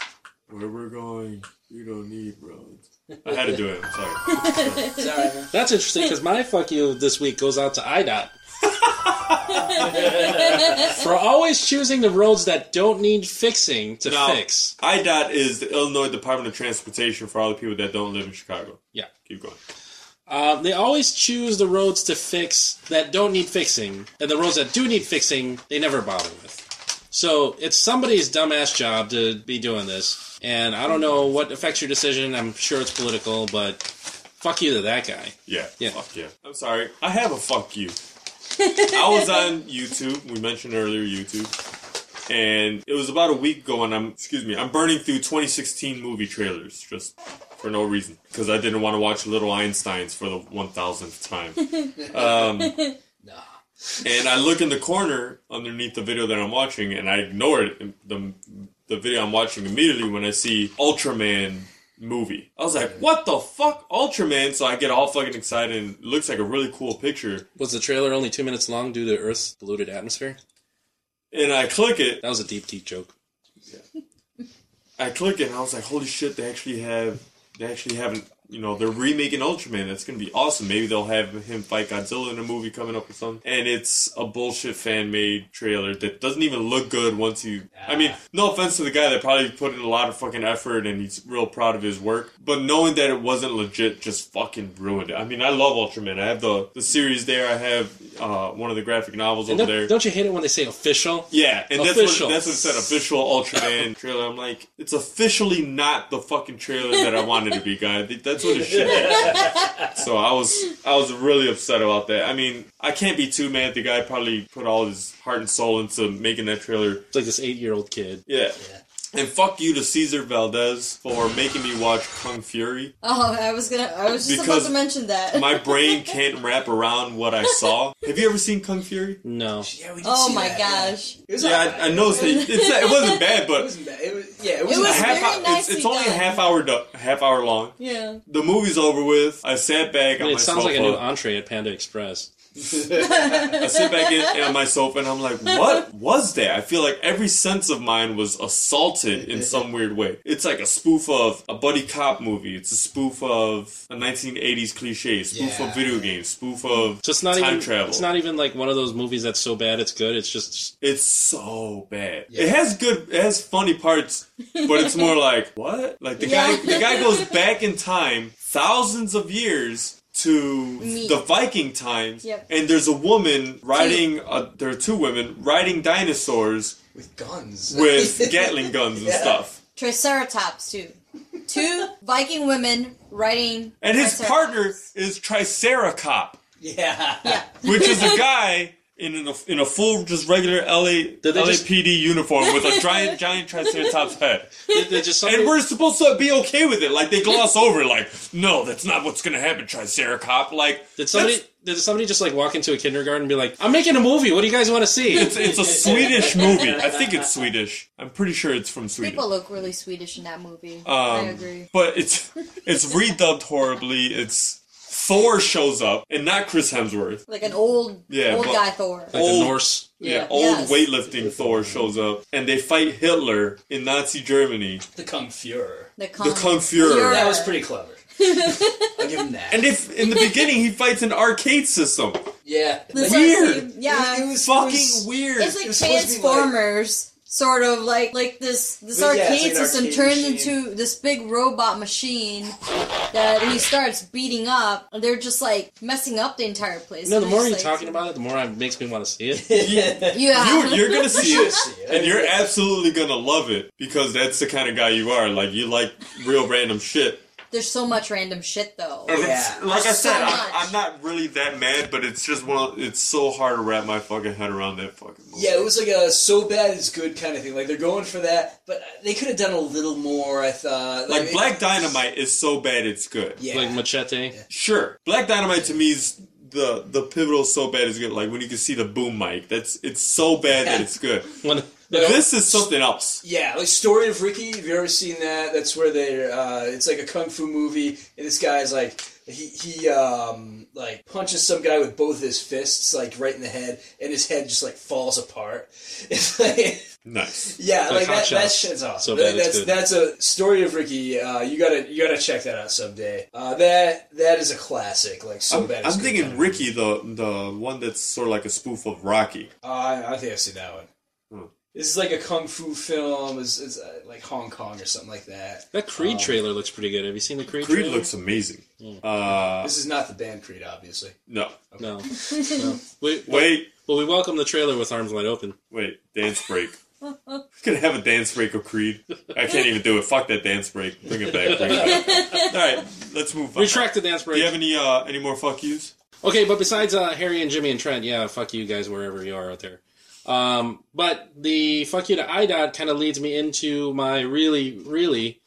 Where we're going, you don't need roads. I had to do it. I'm sorry.
It's all right,
(laughs)
man.
That's interesting because my fuck you this week goes out to IDOT. For always choosing the roads that don't need fixing to
Now,
fix.
IDOT is the Illinois Department of Transportation for all the people that don't live in Chicago.
Yeah.
Keep going.
Um, they always choose the roads to fix that don't need fixing, and the roads that do need fixing, they never bother with. So it's somebody's dumbass job to be doing this, and I don't know what affects your decision. I'm sure it's political, but fuck you to that guy.
Yeah.
Yeah.
Fuck yeah. I'm sorry. I have a fuck you. I was on YouTube. We mentioned earlier YouTube. And it was about a week ago, and I'm, excuse me, I'm burning through 2016 movie trailers just for no reason. Because I didn't want to watch Little Einsteins for the 1000th time. Um,
Nah.
and I look in the corner underneath the video that I'm watching, and I ignore it. The, the video I'm watching immediately when I see Ultraman movie. I was like, what the fuck? Ultraman? So I get all fucking excited, and it looks like a really cool picture.
Was the trailer only two minutes long due to Earth's polluted atmosphere?
And I click it.
That was a deep, deep joke.
I click it, and I was like, holy shit, they actually have. They actually have an you know, they're remaking Ultraman. That's gonna be awesome. Maybe they'll have him fight Godzilla in a movie coming up or something. And it's a bullshit fan made trailer that doesn't even look good once you. I mean, no offense to the guy that probably put in a lot of fucking effort and he's real proud of his work, but knowing that it wasn't legit just fucking ruined it. I mean, I love Ultraman. I have the the series there. I have uh, one of the graphic novels
And
over
don't,
there.
don't you hate it when they say official?
Yeah, and that's
Official.
what, that's what it said official
(laughs)
Ultraman trailer. I'm like, it's officially not the fucking trailer that I wanted to be, guy. That's what it should be.
(laughs)
so I was I was really upset about that. I mean, I can't be too mad. The guy probably put all his heart and soul into making that trailer.
It's like this eight-year-old kid.
Yeah. And fuck you to Caesar Valdez for making me watch Kung Fury.
Oh, I was gonna. I was just
Because
about to mention that.
My
(laughs)
brain can't wrap around what I saw. Have you ever seen Kung Fury?
No,
Yeah, we did
oh
see
my
that, yeah.
gosh.
It was
Yeah,
alright.
I, I noticed that it's not, it wasn't bad,
It
but
wasn't bad. It was, yeah, it was,
It was
a half
very
hour, it's,
nicely
it's only a
done.
half hour do- half hour long.
Yeah.
The movie's over with. I sat back on
it
my
sounds
sofa.
like a new entree at Panda Express.
(laughs)
I sit back in, on my sofa and I'm like, what was that? I feel like every sense of mine was assaulted in some weird way. It's like a spoof of a buddy cop movie. It's a spoof of a 1980s cliche. Spoof
Yeah.
of video games. Spoof of
So it's not
time
even.
travel.
It's not even like one of those movies that's so bad it's good. It's just
It's so bad.
Yeah.
It has good, it has funny parts, but it's more like what? Like the
Yeah.
guy, the guy goes back in time thousands of years to
Me.
the Viking times,
Yep.
and there's a woman riding. A, there are two women riding dinosaurs
with guns. (laughs)
with Gatling guns and
Yeah.
stuff.
Triceratops too. Two Viking women riding.
And his
triceratops.
partner is Triceracop,
Yeah.
Yeah.
which is a guy. In a, in a full, just regular LA,
they just-
LAPD uniform with a giant, giant Triceratops head.
it- it
(laughs)
just something-
And we're supposed to be okay with it. Like they gloss over, it, like, no, that's not what's gonna happen, Triceracop. Like
Did somebody
that's-
did somebody just like walk into a kindergarten and be like, "I'm making a movie. What do you guys want to see?"
It's, it's a Swedish movie. I think it's Swedish. I'm pretty sure it's from Sweden.
People look really Swedish in that movie. I
Um,
agree.
But it's it's redubbed horribly. It's Thor shows up and not Chris Hemsworth.
Like an old,
Yeah,
old
but-
guy Thor.
Like the
old-
Norse.
Yeah,
Yeah.
old
Yes.
weightlifting Thor shows up and they fight Hitler in Nazi Germany.
The Kung Fuhrer.
The Kung,
Kung Fuhrer.
That was pretty
(laughs)
clever. I'll give him that.
And if in the beginning he fights an arcade system.
yeah.
This
Like,
Weird.
it-
yeah.
It, was it
Fucking
was-
weird.
It's
It
like
was supposed to be like-
Transformers, sort of like like this this
But yeah, it's
arcade
like an
system
arcade
turned
machine.
into this big robot machine that he starts beating up. and They're just like messing up the entire place.
No, the
They're
more
just,
you're
like-
talking about it, the more it makes me want to see it.
(laughs) yeah.
yeah,
You, you're gonna see
You should (laughs)
it,
see it.
and you're absolutely gonna love it because that's the kind of guy you are. Like you like real random shit.
(laughs) there's so much random shit though.
And it's- Like I
So
said,
much.
I'm, I'm not really that mad, but it's just one. Of, it's so hard to wrap my fucking head around that fucking. Movie.
Yeah, it was like a so bad is good kind of thing. Like they're going for that, but they could have done a little more. I thought.
like
it-
Black Dynamite is so bad it's good.
Yeah.
Like Machete.
Sure, Black Dynamite to me is the the pivotal. So bad is good. Like when you can see the boom mic. That's it's so bad that it's
(laughs)
good.
When,
This is something else.
Yeah, like Story of Ricky. Have you ever seen that? That's where they. Uh, it's like a kung fu movie, and this guy's like he he um like punches some guy with both his fists like right in the head, and his head just like falls apart. (laughs) It's like,
Nice.
yeah,
Like
like, that,
Hot
that
Shots.
shit's
So
awesome.
bad it's
that's
good.
that's a Story of Ricky. Uh, you gotta you gotta check that out someday. Uh, that that is a classic. Like so
I'm,
bad.
I'm
it's good kind
thinking
of-
Ricky, the the one that's sort of like a spoof of Rocky.
Uh, I, I think I've seen that one.
Hmm.
This is like a kung fu film. It's, it's uh, like Hong Kong or something like that.
that Creed trailer looks pretty good. Have you seen the Creed?
Oh. Creed
trailer?
looks amazing. Uh,
This is not the band Creed, obviously.
no,
(laughs)
no. no. We,
wait,
well, we welcome the trailer with arms wide open.
wait, dance break. We could have a dance break of Creed. I can't even do it. Fuck that dance break. Bring it back. Bring it back. All right, let's move on.
Retract the dance
Do
break.
you have any uh, any more fuck yous?
Okay, but besides uh, Harry and Jimmy and Trent, yeah, fuck you guys wherever you are out there. Um, but the fuck you to IDOT kind of leads me into my really, really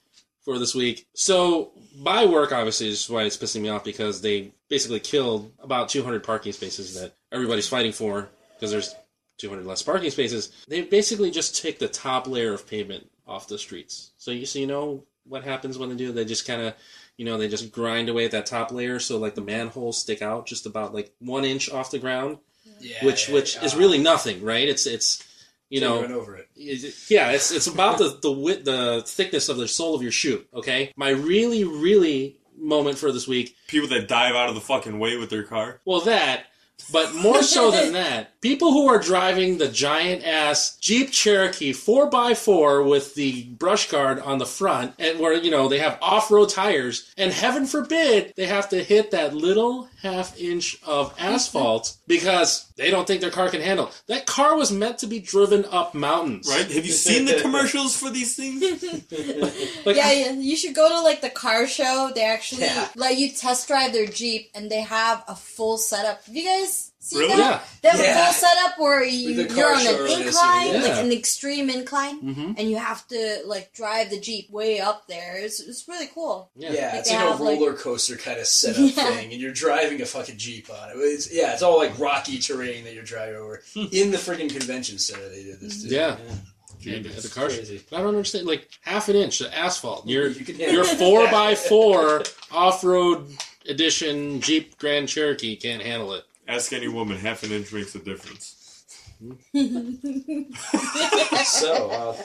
for this week. So my work obviously is why it's pissing me off because they basically killed about 200 parking spaces that everybody's fighting for because there's 200 less parking spaces. They basically just take the top layer of pavement off the streets. So you so you know what happens when they do? They just kind of you know they just grind away at that top layer so like the manholes stick out just about like one inch off the ground
Yeah,
which
yeah,
which
yeah.
is really nothing right it's it's you
So
know
run over it.
yeah, it's it's about the the width, the thickness of the sole of your shoe. Okay, my really really moment for this week.
People that dive out of the fucking way with their car.
Well, that, but more so than that, people who are driving the giant ass Jeep Cherokee 4x4 with the brush guard on the front, and where, you know, they have off road tires, and heaven forbid they have to hit that little half inch of asphalt because they don't think their car can handle. That car was meant to be driven up mountains.
Right? Have you seen the commercials for these things?
Like,
Yeah, yeah, you should go to like the car show. They actually
Yeah.
let you test drive their Jeep, and they have a full setup. Have you guys seen
Really?
that? They have
Yeah.
a full setup where you,
With the
you're
car
on
show
an
earlier this year,
incline,
yeah.
like an extreme incline,
Mm-hmm.
and you have to like drive the Jeep way up there. It's, it's really cool.
Yeah,
Like
it's
they
like a
have, like-
roller coaster kind of setup
Yeah.
thing, and you're driving a fucking jeep on it. It's, yeah, it's all like rocky terrain that you're driving over. In the freaking convention center, they did this too.
Hmm. Yeah. at
Jeez.
the car show.
Crazy.
I don't understand. Like half an inch of asphalt. You're
You can- (laughs)
your four by four off road edition Jeep Grand Cherokee can't handle it.
Ask any woman, half an inch makes a difference.
So,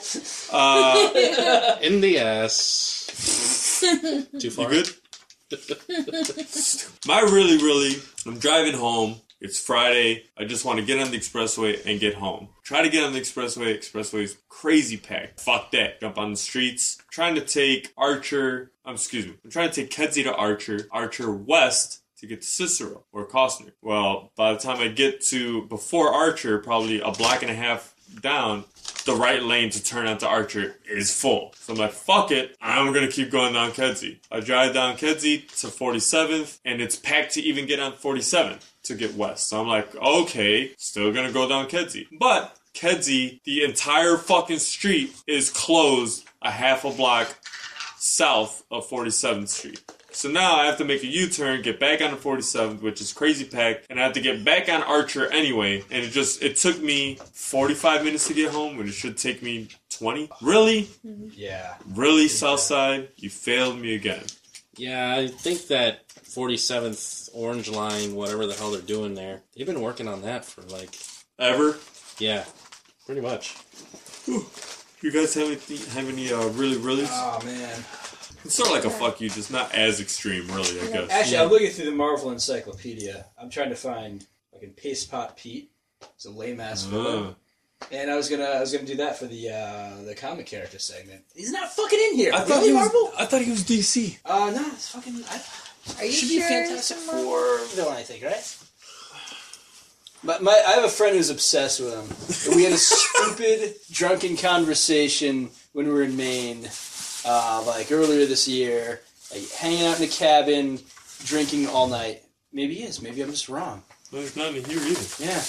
uh,
Uh,
In the ass. Too far.
You good? (laughs) My really, really, I'm driving home. It's Friday. I just want to get on the expressway and get home. Try to get on the expressway. Expressway's crazy packed. Fuck that. Jump on the streets. Trying to take Archer. Um, excuse me. I'm trying to take Kedzie to Archer. Archer West to get to Cicero or Costner. Well, by the time I get to before Archer, probably a block and a half down, the right lane to turn onto Archer is full. So I'm like, fuck it, I'm gonna keep going down Kedzie. I drive down Kedzie to 47th, and it's packed to even get on 47th to get west. So I'm like, okay, still gonna go down Kedzie. But Kedzie, the entire fucking street is closed a half a block south of 47th Street. So now I have to make a U-turn, get back on the 47th, which is crazy packed, and I have to get back on Archer anyway. And it just it took me 45 minutes to get home, when it should take me 20. Really,
(laughs)
yeah.
really, Southside, you failed me again.
Yeah, I think that 47th Orange Line, whatever the hell they're doing there, they've been working on that for like,
Ever?
yeah, pretty much.
You guys have any have any uh, really really?
Oh man.
It's sort of like a fuck you, just not as extreme, really. I guess.
Actually, I'm looking through the Marvel Encyclopedia. I'm trying to find fucking Paste Pot Pete. It's a lame ass
Uh,
photo. And I was gonna, I was gonna do that for the uh, the comic character segment. He's not fucking in here.
I thought
really,
he was.
Marvel?
I thought he was DC.
Uh, no, it's fucking. I,
Are you
should be
sure?
a Fantastic
it's not-
Four villain, I think, right? My, my, I have a friend who's obsessed with him. And We had
(laughs)
a stupid, drunken conversation when we were in Maine, uh, like earlier this year, like hanging out in a cabin, drinking all night. Maybe he is. Maybe I'm just wrong.
There's none here either.
Yeah.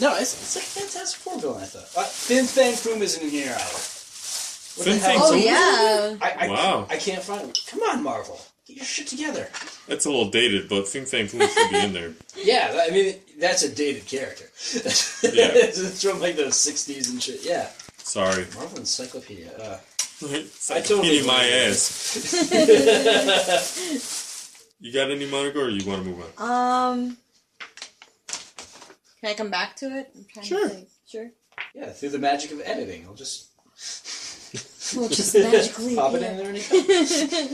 No, it's, it's like Fantastic Four villain, I thought. Uh, Fin Fang Foom isn't in here either. What
Fin Fang
Oh
Foom?
yeah.
I, I,
Wow.
I can't find him. Come on, Marvel. Get your shit together.
That's a little dated, but Fing Fang Foom should be in there.
Yeah, I mean that's a dated character.
Yeah.
(laughs) it's from like the '60s and shit. Yeah,
Sorry.
Marvel Encyclopedia. Uh,
I
totally
totally my
believe it.
ass. you got any Monica, or you want to move on?
Um. Can I come back to it? I'm trying
Sure.
To think. Sure.
(laughs) yeah, through the magic of editing, I'll just
We'll just magically
(laughs) pop it in there and it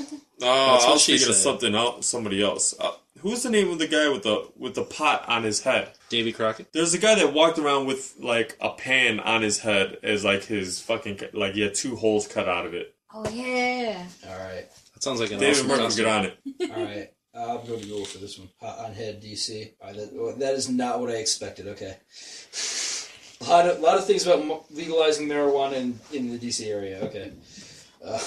comes.
(laughs)
Oh,
That's
I
what
was
she
thinking of
said.
something else. Somebody else. Uh, who's the name of the guy with the with the pot on his head?
Davy Crockett?
There's a guy that walked around with like a pan on his head as like his fucking like he had two holes cut out of it.
Oh yeah.
All right,
That sounds like an
David
awesome
Murphy,
costume.
get on it.
all right. Uh, I'm going to Google for this one. Uh, on head DC. All right, that, well, that is not what I expected. Okay. (laughs) A lot of, lot of things about mo- legalizing marijuana in, in the DC area. Okay. Uh,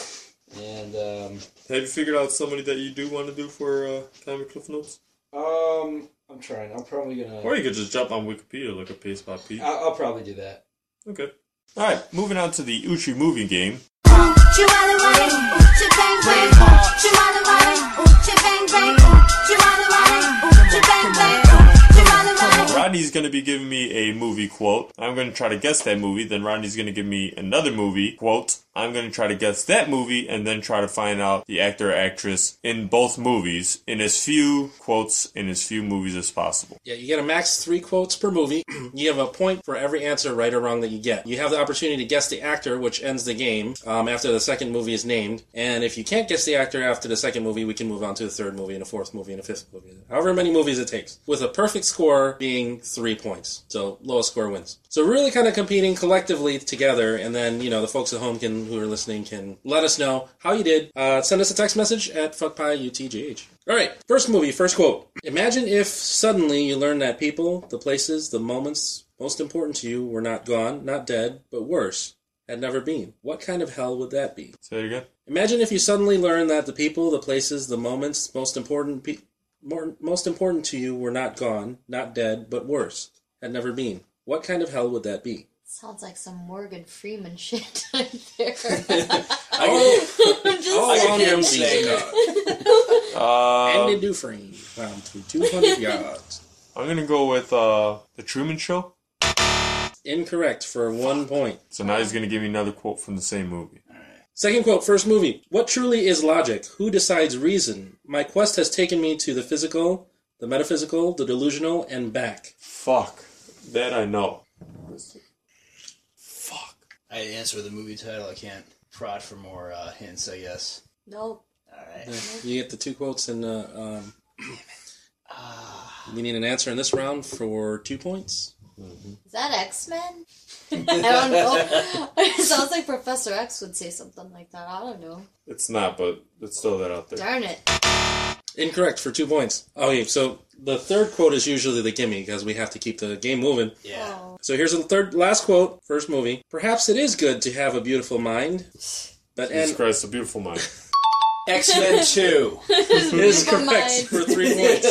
and um,
Have you figured out somebody that you do want to do for uh, Time Cliff Notes?
um, I'm trying. I'm probably gonna.
Or you could just jump on Wikipedia, look at Pace by
Uh,
Pete.
I'll, I'll probably do that.
Okay. All right, moving on to the Uchi movie game.
Chihuahua, wine, ooh, cha-bang, bang, ooh, Chihuahua, wine, ooh, cha-bang, bang, ooh, Chihuahua, wine, ooh, cha-bang, bang, ooh, Chihuahua, wine,
Rod Rodney's going to be giving me a movie quote. I'm going to try to guess that movie. Then Rodney's going to give me another movie quote. I'm going to try to guess that movie and then try to find out the actor or actress in both movies in as few quotes in as few movies as possible.
Yeah, you get a max three quotes per movie. (clears throat) you have a point for every answer, right or wrong, that you get. You have the opportunity to guess the actor, which ends the game um, after the second movie is named. And if you can't guess the actor after the second movie, we can move on to the third movie and a fourth movie and a fifth movie. However many movies it takes, with a perfect score being three points. So lowest score wins. So really kind of competing collectively together, and then you know the folks at home can who are listening can let us know how you did. Uh, send us a text message at fuckpieutgh. All right, first movie, first quote. Imagine if suddenly you learned that people, the places, the moments most important to you were not gone, not dead, but worse, had never been. What kind of hell would that be?
Say it again.
Imagine if you suddenly learned that the people, the places, the moments most important pe- more, most important to you were not gone, not dead, but worse, had never been. What kind of hell would that be?
Sounds like some Morgan Freeman (laughs) shit right
(laughs)
there. (laughs) I'm
I
just (laughs)
can, Oh, I
saying.
can hear him saying that.
Uh,
Andy Dufresne found to 200 yards.
I'm going to go with uh, The Truman Show.
Incorrect for one point.
So now he's going to give me another quote from the same movie.
Second quote, first movie. What truly is logic? Who decides reason? My quest has taken me to the physical, the metaphysical, the delusional, and back.
Fuck. That I know.
I answer with a movie title. I can't prod for more uh, hints, I guess.
Nope.
All right.
You get the two quotes, and uh, um, you need an answer in this round for two points.
Is that X Men? (laughs) I don't know.
(laughs)
(laughs) it sounds like Professor X would say something like that. I don't know.
It's not, but let's throw that out there.
Darn it.
Incorrect for two points. Okay, so the third quote is usually the gimme because we have to keep the game moving.
Yeah.
Oh.
So here's the third, last quote, first movie. Perhaps it is good to have a beautiful mind, but
Jesus
an
Christ, a beautiful mind.
X Men Two.
is
Never
correct
mind.
for three points.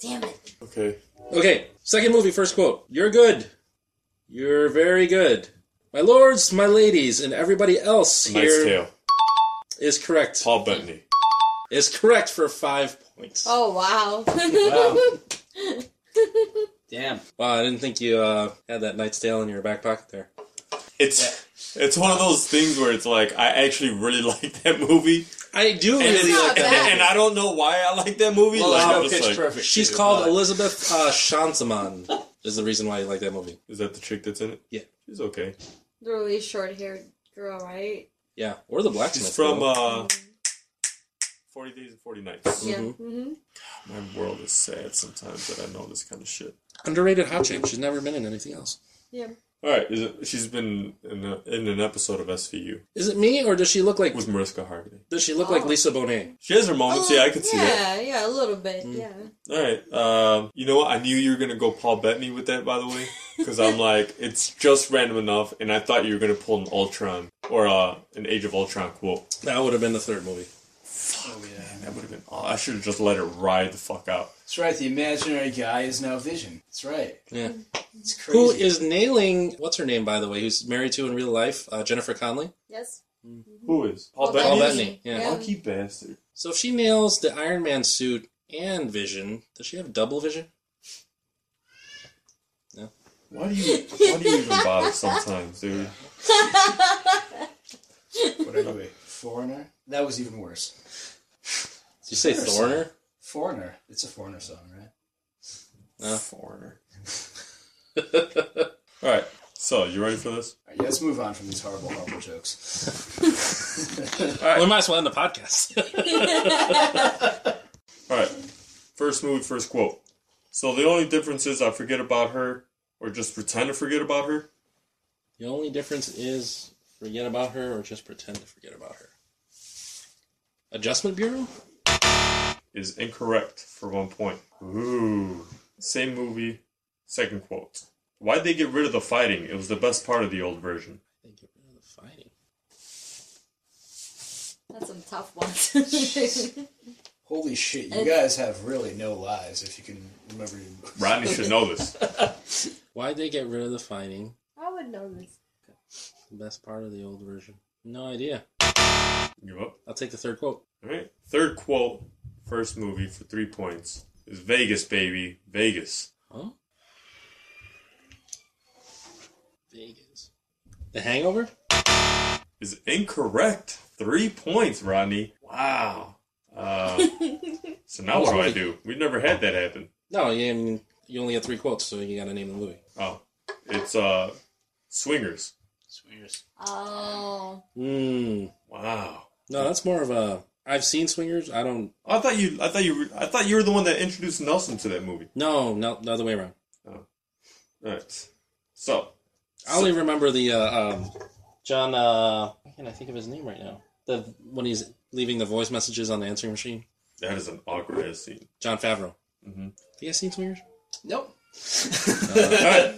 Damn it.
Okay.
Okay, second movie, first quote. You're good. You're very good. My lords, my ladies, and everybody else here
Nice
is
tale.
correct.
Paul Bettany.
Is correct for five points.
Oh, wow. (laughs)
Wow. Damn.
Wow, I didn't think you uh, had that Knight's Tale in your back pocket there.
It's (laughs) it's one of those things where it's like I actually really (laughs) like that movie,
I do
and,
really
it's-
not
like that.
bad.
and I don't know why I like that movie.
Well,
like,
there's
I'm
no
just
pitch
like,
perfect.
She's
dude,
called
but-
Elizabeth uh, Shansaman. Is the reason why you like that movie?
Is that the chick that's in it?
Yeah.
she's okay.
the really short haired girl, right?
Yeah, or the blacksmith.
She's from
though.
uh, Forty Days and Forty Nights.
Yeah. Mm-hmm.
My world is sad sometimes that I know this kind of shit.
underrated hot chick. She's never been in anything else.
Yeah.
All right, is it, she's been in, a, in an episode of SVU
Is it me or does she look like
with Mariska Hargitay.
does she look like
Oh.
Lisa Bonet?
She has her moments. yeah, I could Oh, see Mm. that.
Yeah, yeah, a little bit. Yeah.
All right. Um, you know what? I knew you were gonna go Paul Bettany with that, by the way, because I'm like, it's just random enough, and I thought you were gonna pull an Ultron or uh, an Age of Ultron quote.
That would have been the third movie.
Oh,
Man, that would have been. Aw- I should have just let it ride the fuck out.
That's right. The imaginary guy is now Vision. That's right.
Yeah.
It's crazy.
Who is nailing? What's her name, by the way? Who's married to in real life? Uh, Jennifer Conley.
Yes.
Who is Paul
Paul
Bettany?
Bettany. yeah.
Monkey bastard.
So if she nails the Iron Man suit and Vision, does she have double vision?
Why do you? Why do you even bother sometimes, dude?
What are you? a Foreigner. That was even worse.
Did you say
Sure,
Thorner?
Foreigner. It's a foreigner song, right?
Foreigner. (laughs) All right. So you ready for this?
All right, let's move on from these horrible, horrible jokes.
We might as well end the podcast. (laughs)
All right. First movie, first quote. So the only difference is I forget about her, or just pretend to forget about her.
the only difference is forget about her or just pretend to forget about her. Adjustment Bureau.
is incorrect for one point. Ooh. Same movie, second quote. Why'd they get rid of the fighting? It was the best part of the old version.
They get rid of the fighting.
That's some tough ones. (laughs)
Holy shit! You guys have really no lives if you can remember. Your-
Rodney should know this.
Why'd they get rid of the fighting?
I would know this.
The best part of the old version. No idea.
Give up.
I'll take the third quote.
Alright. Third quote, first movie for three points is Vegas, baby. Vegas.
Huh? Vegas. The Hangover?
Is incorrect. Three points, Rodney. Wow. Uh, so now what do I do? We've never had that happen.
No, you, I mean, you only had three quotes, so you got to name the movie.
Oh, it's uh, Swingers.
Swingers.
Oh.
Mm.
Wow.
No, that's more of a. I've seen Swingers. I don't.
I thought you. I thought you. were- I thought you were the one that introduced Nelson to that movie.
No, no, the other way around.
All right. So
I only remember the uh, um, John. Uh, why can't I think of his name right now? The when he's leaving the voice messages on the answering machine.
that is an awkward ass scene.
John Favreau.
Mhm.
You guys seen Swingers?
Nope.
All right.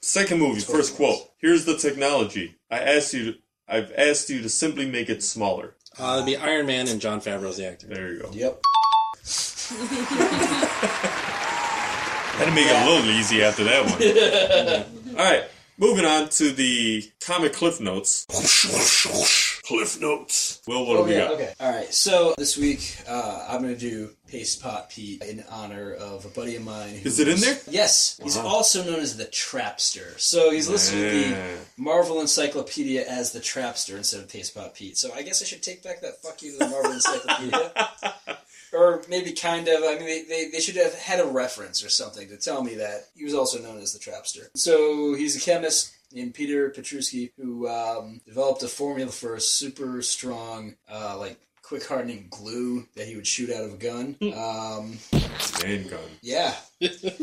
Second movie, first quote. Here's the technology. I asked you. To, I've asked you to simply make it smaller.
Uh, it'd be Iron Man and John Favreau's the actor.
There you go.
Yep.
That'd make it a little easy after that one.
(laughs)
All right, moving on to the comic cliff notes. cliff notes. Well, what do we
Oh, yeah,
got?
okay. All right. So this week, uh, I'm going to do Paste Pot Pete in honor of a buddy of mine. who
Is it in
was-
there?
Yes. He's also known as the Trapster. So he's listed in the
Yeah.
Marvel Encyclopedia as the Trapster instead of Paste Pot Pete. So I guess I should take back that fuck you to the Marvel Encyclopedia. Or maybe kind of. I mean, they, they, they should have had a reference or something to tell me that he was also known as the Trapster. So he's a chemist named Peter Petruski who um, developed a formula for a super strong, uh, like, quick hardening glue that he would shoot out of a gun. Um,
Handgun.
yeah.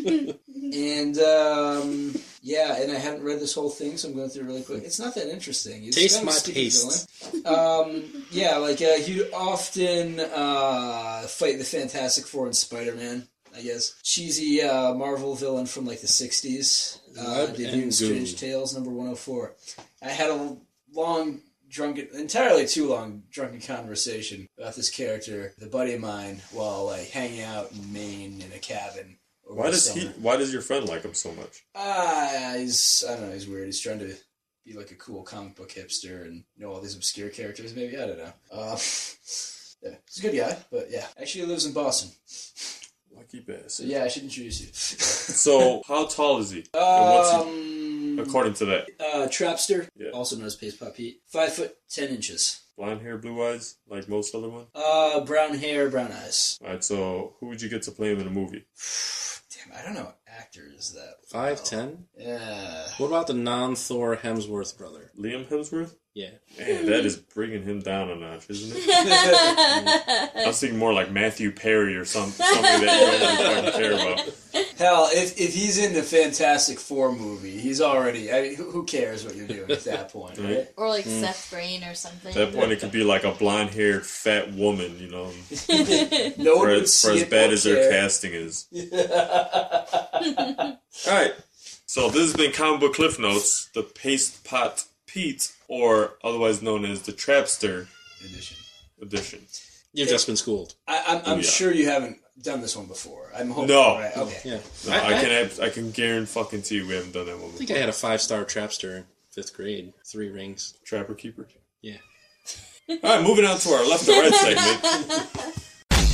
and um, yeah, and I haven't read this whole thing, so I'm going through it really quick. It's not that interesting. It's
Taste
kind of
my
a stupid
taste.
villain. Um, yeah, like uh, he'd often uh, fight the Fantastic Four and Spider Man. I guess cheesy uh, Marvel villain from like the '60s. Uh,
Web
debut
and
in Strange
goo.
Tales number 104. I had a long drunken entirely too long drunken conversation about this character the buddy of mine while like hanging out in maine in a cabin over
Why
the
does he?
summer.
Why does your friend like him so much?
ah he's i don't know he's weird he's trying to be like a cool comic book hipster and know all these obscure characters maybe i don't know uh, (laughs) yeah, he's a good guy but yeah actually he lives in boston
Lucky bass.
so yeah i should (laughs) introduce
So how tall is he?
you
And what's he-
um
according to that,
uh trapster
Yeah.
also known as pace pop pete five foot ten inches
blonde hair, blue eyes, like most other one.
uh brown hair brown eyes
All right. So who would you get to play him in a movie?
Damn, I don't know what actor is that.
Five ten.
(laughs) Yeah.
What about the non-Thor Hemsworth brother?
Liam Hemsworth.
Yeah.
Man, that is bringing him down a notch, isn't
(laughs)
it? I was thinking more like Matthew Perry or some, something that you don't really fucking care about.
Hell, if, if he's in the Fantastic Four movie, he's already. I mean, who who cares what you're doing at that point, right?
Or like
Mm.
Seth Green or something.
At that point, it could be like a blonde haired fat woman, you know,
(laughs) No one
for,
would
as- for
see
as
it
bad
or
as
care.
their casting is. All right. So, this has been Comic Book Cliff Notes, the Paste Pot Pete, or otherwise known as the Trapster
Edition.
edition.
You've just been schooled.
I, I'm, I'm
Booyah.
sure you haven't done this one before. I'm hoping.
No.
Right, okay. (laughs)
Yeah.
No, I, can ab- I can guarantee fucking to you we haven't done that one
I
before.
think I had a five-star trapster in fifth grade. Three rings.
Trapper Keeper.
Yeah.
(laughs) All right, moving on to our left and right segment.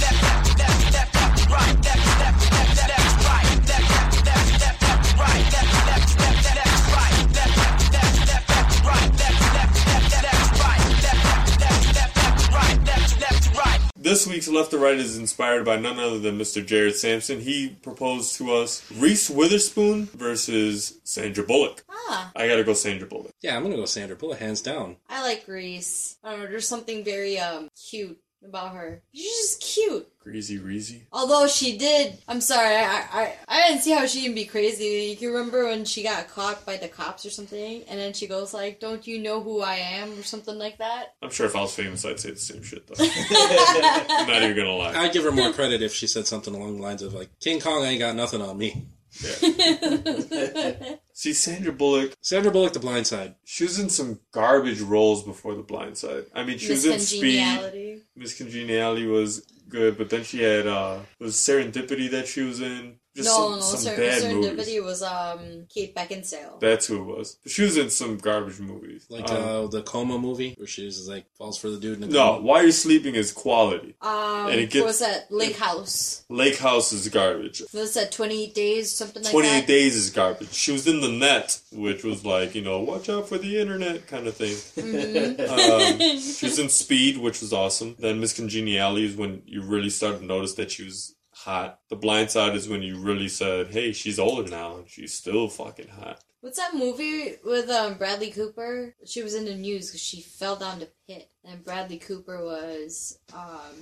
This week's left to right is inspired by none other than Mr. Jared Sampson. He proposed to us Reese Witherspoon versus Sandra Bullock.
ah,
I gotta go Sandra Bullock.
Yeah, I'm gonna go Sandra Bullock, hands down.
I like Reese. I don't know. There's something very um cute about her. She's just cute.
Greasy Reezy.
Although she did, I'm sorry, I, I I didn't see how she can be crazy. You can remember when she got caught by the cops or something, and then she goes like, "Don't you know who I am?" or something like that.
I'm sure if I was famous, I'd say the same
(laughs)
shit though. I'm not even gonna lie.
I'd give her more credit if she said something along the lines of like, "King Kong ain't got nothing on me."
Yeah. (laughs) See, Sandra Bullock,
Sandra Bullock, The Blind Side.
she was in some garbage roles before The Blind Side. I mean, (laughs) she was in Speed.
Miscongeniality.
Miss Congeniality was good, but then she had uh was Serendipity that she was in. Just
no,
some,
no,
some
Sir,
bad
Mr.
movies.
Nobody was um Kate Beckinsale.
That's who it was. She was in some garbage movies.
Like
Um,
uh, the coma movie where she's like falls for the dude. In the
no,
coma.
Why You're Sleeping is quality.
um,
and it
what
gets-
was that Lake House?
Lake House is garbage.
What was that Twenty Eight Days, something like
Twenty Eight
that?
Days is garbage. She was in the net, which was like you know, watch out for the internet kind of
(laughs)
thing.
Mm-hmm.
um, she was in Speed, which was awesome. Then Miss Congeniality is when you really started to notice that she was hot. The Blind Side is when you really said, "Hey, she's older now and she's still fucking hot."
What's that movie with um Bradley Cooper? She was in the news because she fell down the pit, and Bradley Cooper was um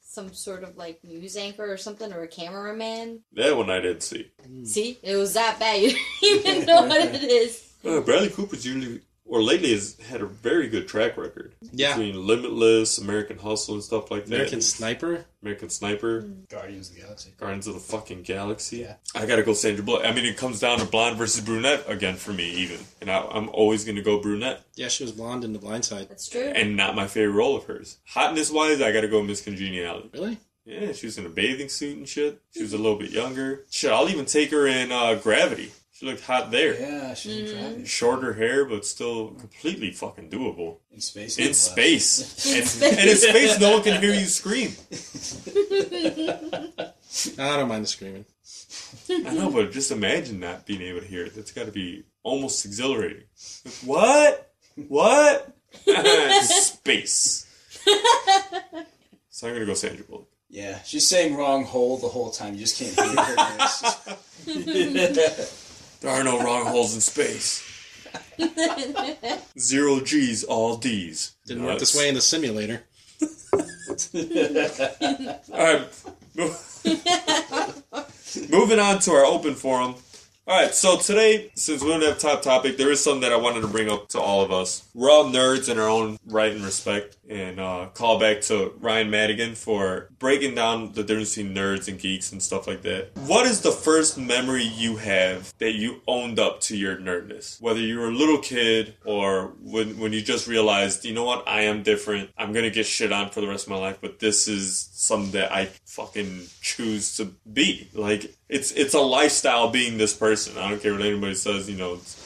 some sort of like news anchor or something or a cameraman.
That one I didn't see.
See, it was that bad. (laughs) You didn't even know what it is.
Uh, Bradley Cooper's usually or lately has had a very good track record
yeah,
between Limitless, American Hustle, and stuff like that.
American Sniper.
American Sniper.
Mm. Guardians of the Galaxy.
Guardians of the fucking Galaxy.
Yeah.
I gotta go Sandra Bullock. I mean, it comes down to blonde versus brunette again for me, even. And I, I'm always gonna go brunette,
Yeah, she was blonde in The Blind Side.
That's true.
and not my favorite role of hers. Hotness wise, I gotta go Miss Congeniality.
Really?
Yeah, she was in a bathing suit and shit. She was a little bit younger. Shit, I'll even take her in uh, Gravity. She looked hot there.
Yeah, she's in Gravity.
Shorter hair, but still completely fucking doable.
In space.
In
nonetheless.
space. and, and (laughs) in space, no one can hear you scream.
I don't mind the screaming.
I know, but just imagine not being able to hear it. That's got to be almost exhilarating. Like, what? What? (laughs) Space. so I'm gonna go Sandra Bullock.
Yeah, she's saying wrong hole the whole time. You just can't hear her. (laughs) It's-
There are no wrong holes in space. Zero G's, all D's.
Didn't
No,
work this
it's-
way in the simulator.
All right. Moving on to our open forum. All right, so today, since we don't have top topic, there is something that I wanted to bring up to all of us. We're all nerds in our own right and respect, and uh, call back to Ryan Madigan for breaking down the difference between nerds and geeks and stuff like that. What is the first memory you have that you owned up to your nerdness? Whether you were a little kid or when when you just realized, you know what, I am different. I'm gonna get shit on for the rest of my life, but this is something that I fucking choose to be. Like it's it's a lifestyle being this person. I don't care what anybody says. You know, it's,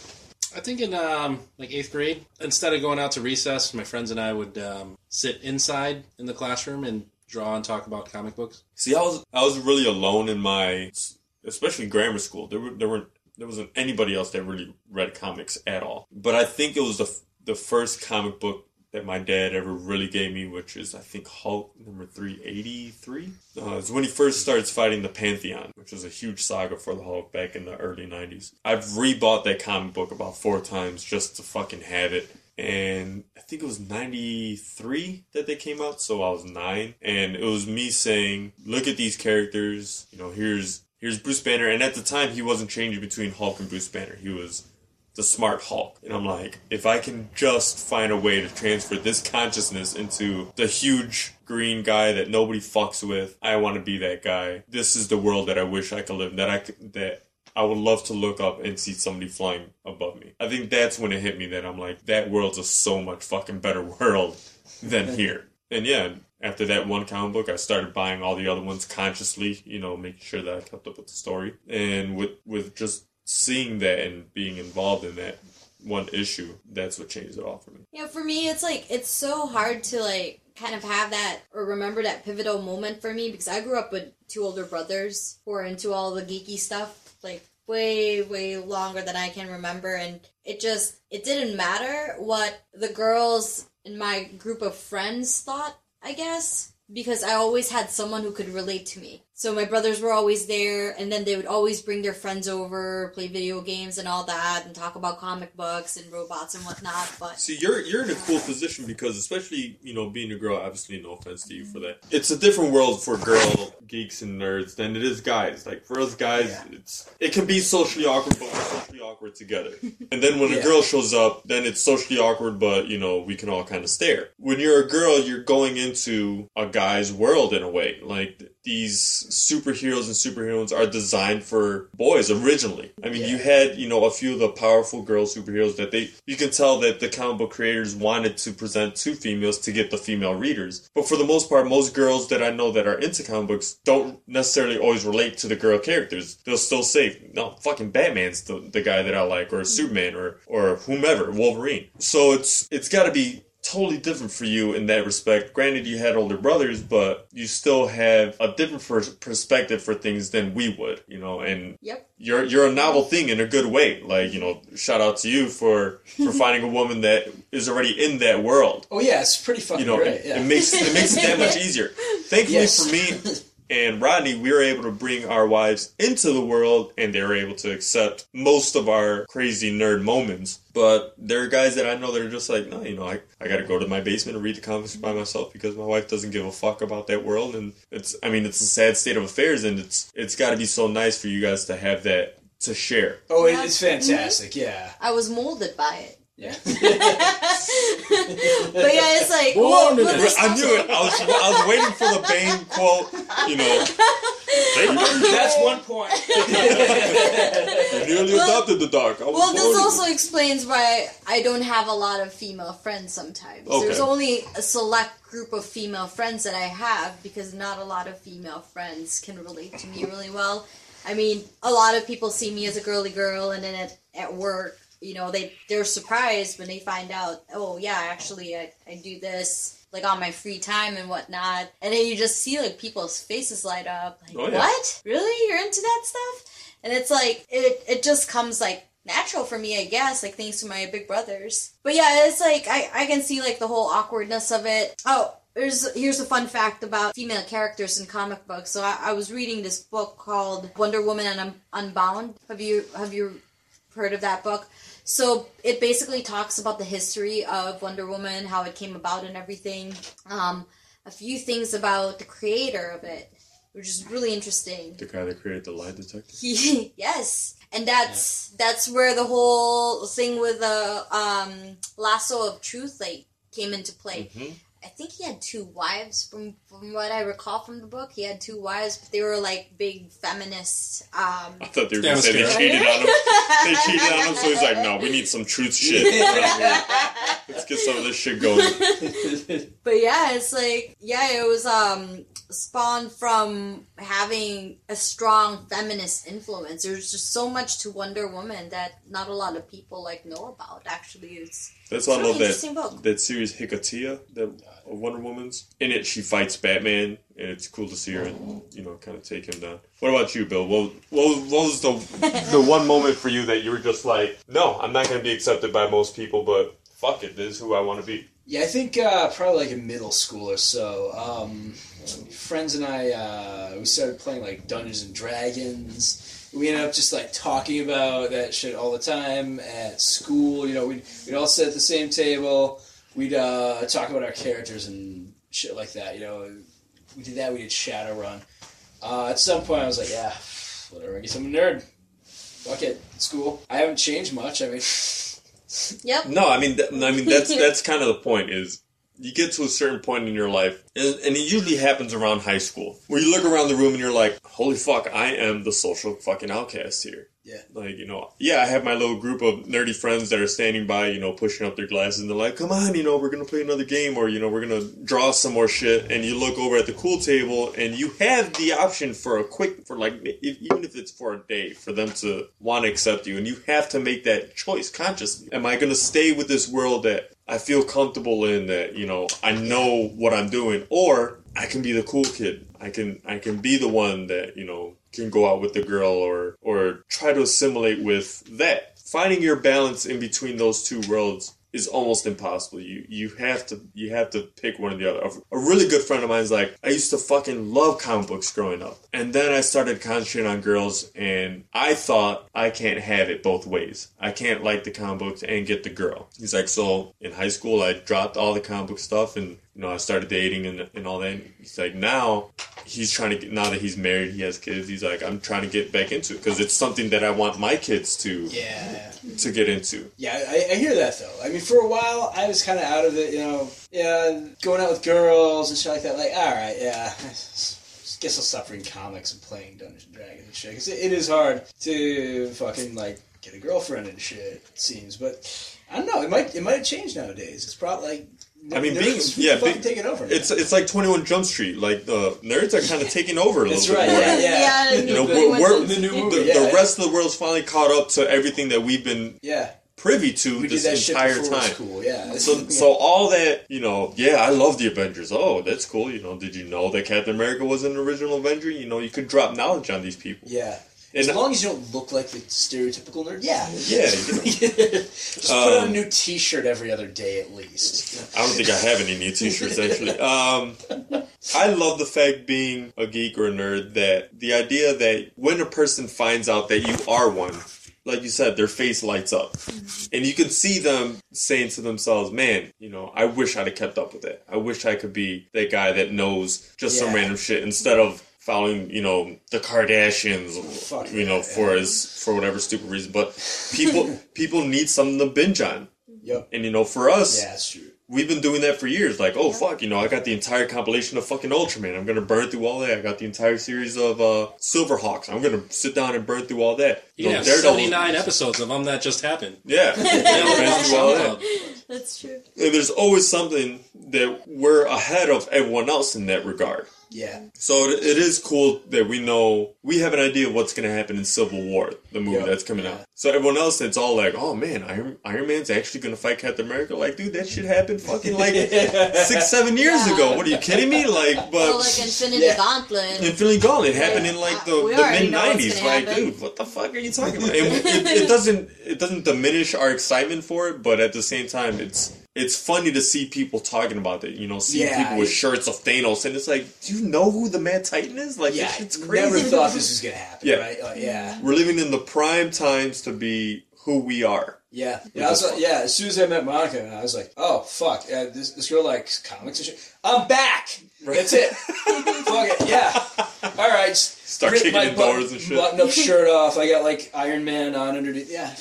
I think in um, like eighth grade, instead of going out to recess, my friends and I would um, sit inside in the classroom and draw and talk about comic books.
see, I was I was really alone in my, especially grammar school. There were there weren't there wasn't anybody else that really read comics at all. But I think it was the f- the first comic book that my dad ever really gave me, which is I think Hulk number three eighty three. Uh, it's when he first starts fighting the Pantheon, which was a huge saga for the Hulk back in the early nineties. I've rebought that comic book about four times just to fucking have it. And I think it was 93 that they came out, so I was nine. And it was me saying, Look at these characters, you know, here's here's Bruce Banner, and at the time he wasn't changing between Hulk and Bruce Banner. He was the smart Hulk. And I'm like, if I can just find a way to transfer this consciousness into the huge green guy that nobody fucks with, I want to be that guy. This is the world that I wish I could live. in, That I could, that I would love to look up and see somebody flying above me. I think that's when it hit me that I'm like, that world's a so much fucking better (laughs) world than here. And yeah, after that one comic book, I started buying all the other ones consciously, you know, making sure that I kept up with the story. And with with just seeing that and being involved in that one issue, that's what changed it all for me.
Yeah, for me, it's like it's so hard to like kind of have that or remember that pivotal moment for me because I grew up with two older brothers who are into all the geeky stuff like way way longer than I can remember, and it just it didn't matter what the girls in my group of friends thought, I guess. Because I always had someone who could relate to me. So my brothers were always there, and then they would always bring their friends over, play video games and all that, and talk about comic books and robots and whatnot. But
See, you're you're in a cool position because, especially you know, being a girl. Obviously, no offense to you for that. It's a different world for girl geeks and nerds than it is guys. Like for us guys,
Yeah.
it's it can be socially awkward, but we're socially awkward together. And then when a
Yeah.
girl shows up, then it's socially awkward, but you know we can all kind of stare. When you're a girl, you're going into a guy's world in a way, like. these superheroes and superheroines are designed for boys originally. I mean, you had, you know, a few of the powerful girl superheroes that they, you can tell that the comic book creators wanted to present to females to get the female readers. But for the most part, most girls that I know that are into comic books don't necessarily always relate to the girl characters. They'll still say, no, fucking Batman's the, the guy that I like, or Superman, or, or whomever, Wolverine. So it's, it's gotta be totally different for you in that respect. Granted, you had older brothers, but you still have a different pers- perspective for things than we would, you know. And
Yep.
you're you're a novel thing in a good way. Like you know, shout out to you for for finding a woman that is already in that world.
Oh yeah, it's pretty fucking (laughs)
You know,
great.
it,
yeah.
it makes it makes it
(laughs)
that much easier. Thankfully
Yes.
for
(laughs)
me. And Rodney, we were able to bring our wives into the world, and they were able to accept most of our crazy nerd moments. But there are guys that I know that are just like, no, you know, I, I got to go to my basement and read the comics by myself because my wife doesn't give a fuck about that world. And it's, I mean, it's a sad state of affairs, and it's it's got to be so nice for you guys to have that to share.
oh, it, it's fantastic. Yeah,
I was molded
(laughs)
by it.
yeah.
But yeah, it's like
We're
well,
molded
well,
by
this-
I knew it. I was I was waiting for the Bane quote. You
(laughs)
know, "Hey,
That's one point.
you nearly adopted the dog. I was
well,
born
this
with it."
also explains why I don't have a lot of female friends sometimes.
Okay.
There's only a select group of female friends that I have because not a lot of female friends can relate to me really well. I mean, a lot of people see me as a girly girl, and then at, at work, you know, they they're surprised when they find out. Oh yeah, actually, I, I do this like on my free time and whatnot. And then you just see like people's faces light up. Like,
Oh, yeah.
what? Really? You're into that stuff? And it's like it it just comes like natural for me, I guess, like thanks to my big brothers. But yeah, it's like I, I can see like the whole awkwardness of it. Oh, Here's, here's a fun fact about female characters in comic books. So I, I was reading this book called Wonder Woman and Un- Unbound. Have you have you heard of that book. So it basically talks about the history of Wonder Woman, how it came about, and everything. Um, a few things about the creator of it, which is really interesting. (laughs)
The guy that created the lie detector.
He, yes, and that's that's where the whole thing with the um, lasso of truth like came into play.
Mm-hmm.
I think he had two wives, from from what I recall from the book. He had two wives, but they were like big feminist. Um,
I thought they were
That
going to
was
say they
good.
cheated on him.
(laughs)
They cheated on him, so he's like, no, (laughs) we need some truth shit. (laughs) Let's get some of this shit going.
(laughs)
But yeah, it's like yeah, it was um spawned from having a strong feminist influence. There's just so much to Wonder Woman that not a lot of people like know about. Actually, it's
That's why I
It's really
love
interesting
that
book.
that series Hikatia, that of Wonder Woman's. In it, she fights Batman, and it's cool to see her, you know, kind of take him down. What about you, Bill? What, what, was- what
(laughs)
was the the one moment for you that you were just like, no, I'm not going to be accepted by most people, but fuck it, this is who I want to be.
Yeah, I think uh, probably like in middle school or so. Um, friends and I, uh, we started playing like Dungeons and Dragons. We ended up just like talking about that shit all the time at school. You know, we'd, we'd all sit at the same table. We'd uh, talk about our characters and shit like that. You know, we did that. We did Shadowrun. Uh, at some point, I was like, yeah, whatever. I guess I'm a nerd. Fuck it. It's cool. I haven't changed much. I mean, (laughs)
yep.
No, I mean, th- I mean that's that's kind of the point is you get to a certain point in your life, and, and it usually happens around high school, where you look around the room and you're like, "Holy fuck, I am the social fucking outcast here."
Yeah.
Like you know, yeah, I have my little group of nerdy friends that are standing by, you know, pushing up their glasses, and they're like, "Come on, you know, we're gonna play another game, or you know, we're gonna draw some more shit." And you look over at the cool table, and you have the option for a quick, for like, if, even if it's for a day, for them to want to accept you, and you have to make that choice consciously. Am I gonna stay with this world that I feel comfortable in that, you know, I know what I'm doing, or I can be the cool kid. I can I can be the one that, you know, can go out with the girl or or try to assimilate with that. Finding your balance in between those two worlds is almost impossible. You you have to you have to pick one or the other. A- A really good friend of mine is like, I used to fucking love comic books growing up, and then I started concentrating on girls, and I thought I can't have it both ways. I can't like the comic books and get the girl. He's like, so in high school I dropped all the comic book stuff and. You know, I started dating and, and all that. And he's like, now he's trying to get, now that he's married, he has kids, he's like, I'm trying to get back into it because it's something that I want my kids to
yeah.
to get into.
Yeah, I, I hear that though. I mean, for a while, I was kind of out of it. You know, yeah, going out with girls and shit like that. Like, all right, yeah, it's (laughs) guess I'll stop reading comics and playing Dungeons and Dragons and shit. Because it, it is hard to fucking like get a girlfriend and shit. It seems, but I don't know. It might it might have changed nowadays. It's probably like
I mean, being
nerds
yeah,
fucking
being-
taking over. man.
It's it's like Twenty One Jump Street. Like the nerds are kind of taking over a little
That's
bit
right.
more.
Yeah, yeah.
(laughs) Yeah,
You know,
The
we're,
ones
we're-
in the
the,
new
movie,
the
yeah.
rest of the world's finally caught up to everything that we've been
yeah.
privy to
We did
this
that shit
entire
before it was
time.
cool. (laughs) Yeah.
So, so all that you know, yeah, I love the Avengers. Oh, that's cool. You know, did you know that Captain America was an original Avenger? You know, you could drop knowledge on these people.
yeah.
And-
As long as you don't look like the stereotypical nerd, yeah, (laughs)
Yeah, you Um, know,
Just put on a new T-shirt every other day at least.
I don't think I have any new T-shirts actually. Um, I love the fact being a geek or a nerd that the idea that when a person finds out that you are one, like you said, their face lights up,
Mm-hmm.
and you can see them saying to themselves, "Man, you know, I wish I'd have kept up with it. I wish I could be that guy that knows just some
Yeah.
random shit instead of." Following, you know, the Kardashians,
Fuck
you know,
yeah,
for his for whatever stupid reason. But
(laughs)
people people need something to binge on,
Yep.
and you know, for us,
Yeah, that's true.
we've been doing that for years. Like, oh fuck, you know, I got the entire compilation of fucking Ultraman. I'm gonna burn through all that. I got the entire series of uh, Silverhawks. I'm gonna sit down and burn through all that. You
Yeah,
know, Daredevil-
seventy nine episodes of um that just happened.
Yeah, yeah, burn through all that.
That's true.
And there's always something that we're ahead of everyone else in that regard.
Yeah.
So it, it is cool that we know we have an idea of what's going to happen in Civil War, the movie
Yeah.
that's coming out. So everyone else, it's all like, "Oh man, Iron, Iron Man's actually going to fight Captain America." Like, dude, that shit happened fucking
(laughs)
like (laughs) six, seven years
Yeah.
ago. What are you kidding me? Like, but
Well, like Infinity
Yeah.
Gauntlet.
Infinity Gauntlet happened in like the,
We
the
already
mid
know what's
'90s.
gonna
Like,
happen.
dude, what the fuck are
(laughs)
you talking about? And it, it, it doesn't it doesn't diminish our excitement for it, but at the same time, it's it's funny to see people talking about it. You know, seeing
Yeah,
people with
I-
shirts of Thanos, and it's like, do you know who the Mad Titan is? Like,
Yeah.
it's
Never
crazy.
thought this was gonna happen.
Yeah.
Right. Like, yeah.
We're living in the prime times to be who we are.
Yeah, yeah, I was like, yeah. As soon as I met Monica, and I was like, "Oh fuck, uh, this, this girl likes comics and shit." I'm back. That's
(laughs)
it. fuck it. Yeah. All right. Start
kicking in doors and shit.
Button up shirt off. I got like Iron Man on underneath. Yeah,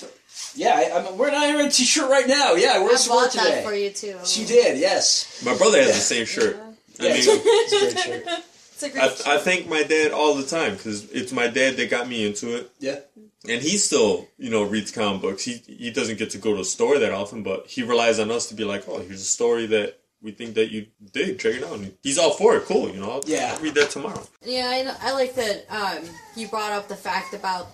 yeah. I, I'm wearing an Iron Man t-shirt right now. Yeah,
I
where's the work
bought
today?
that for you too.
She did. Yes.
My brother has the same shirt.
Yeah,
I
it's,
mean,
it's a great
(laughs)
shirt.
It's a great
I, I thank my dad all the time because it's my dad that got me into it.
Yeah.
and he still you know reads comic books he he doesn't get to go to a store that often but he relies on us to be like oh here's a story that we think that you dig check it out and he's all for it cool you know I'll,
Yeah.
I'll read that tomorrow
Yeah, I, know- I like that um, you brought up the fact about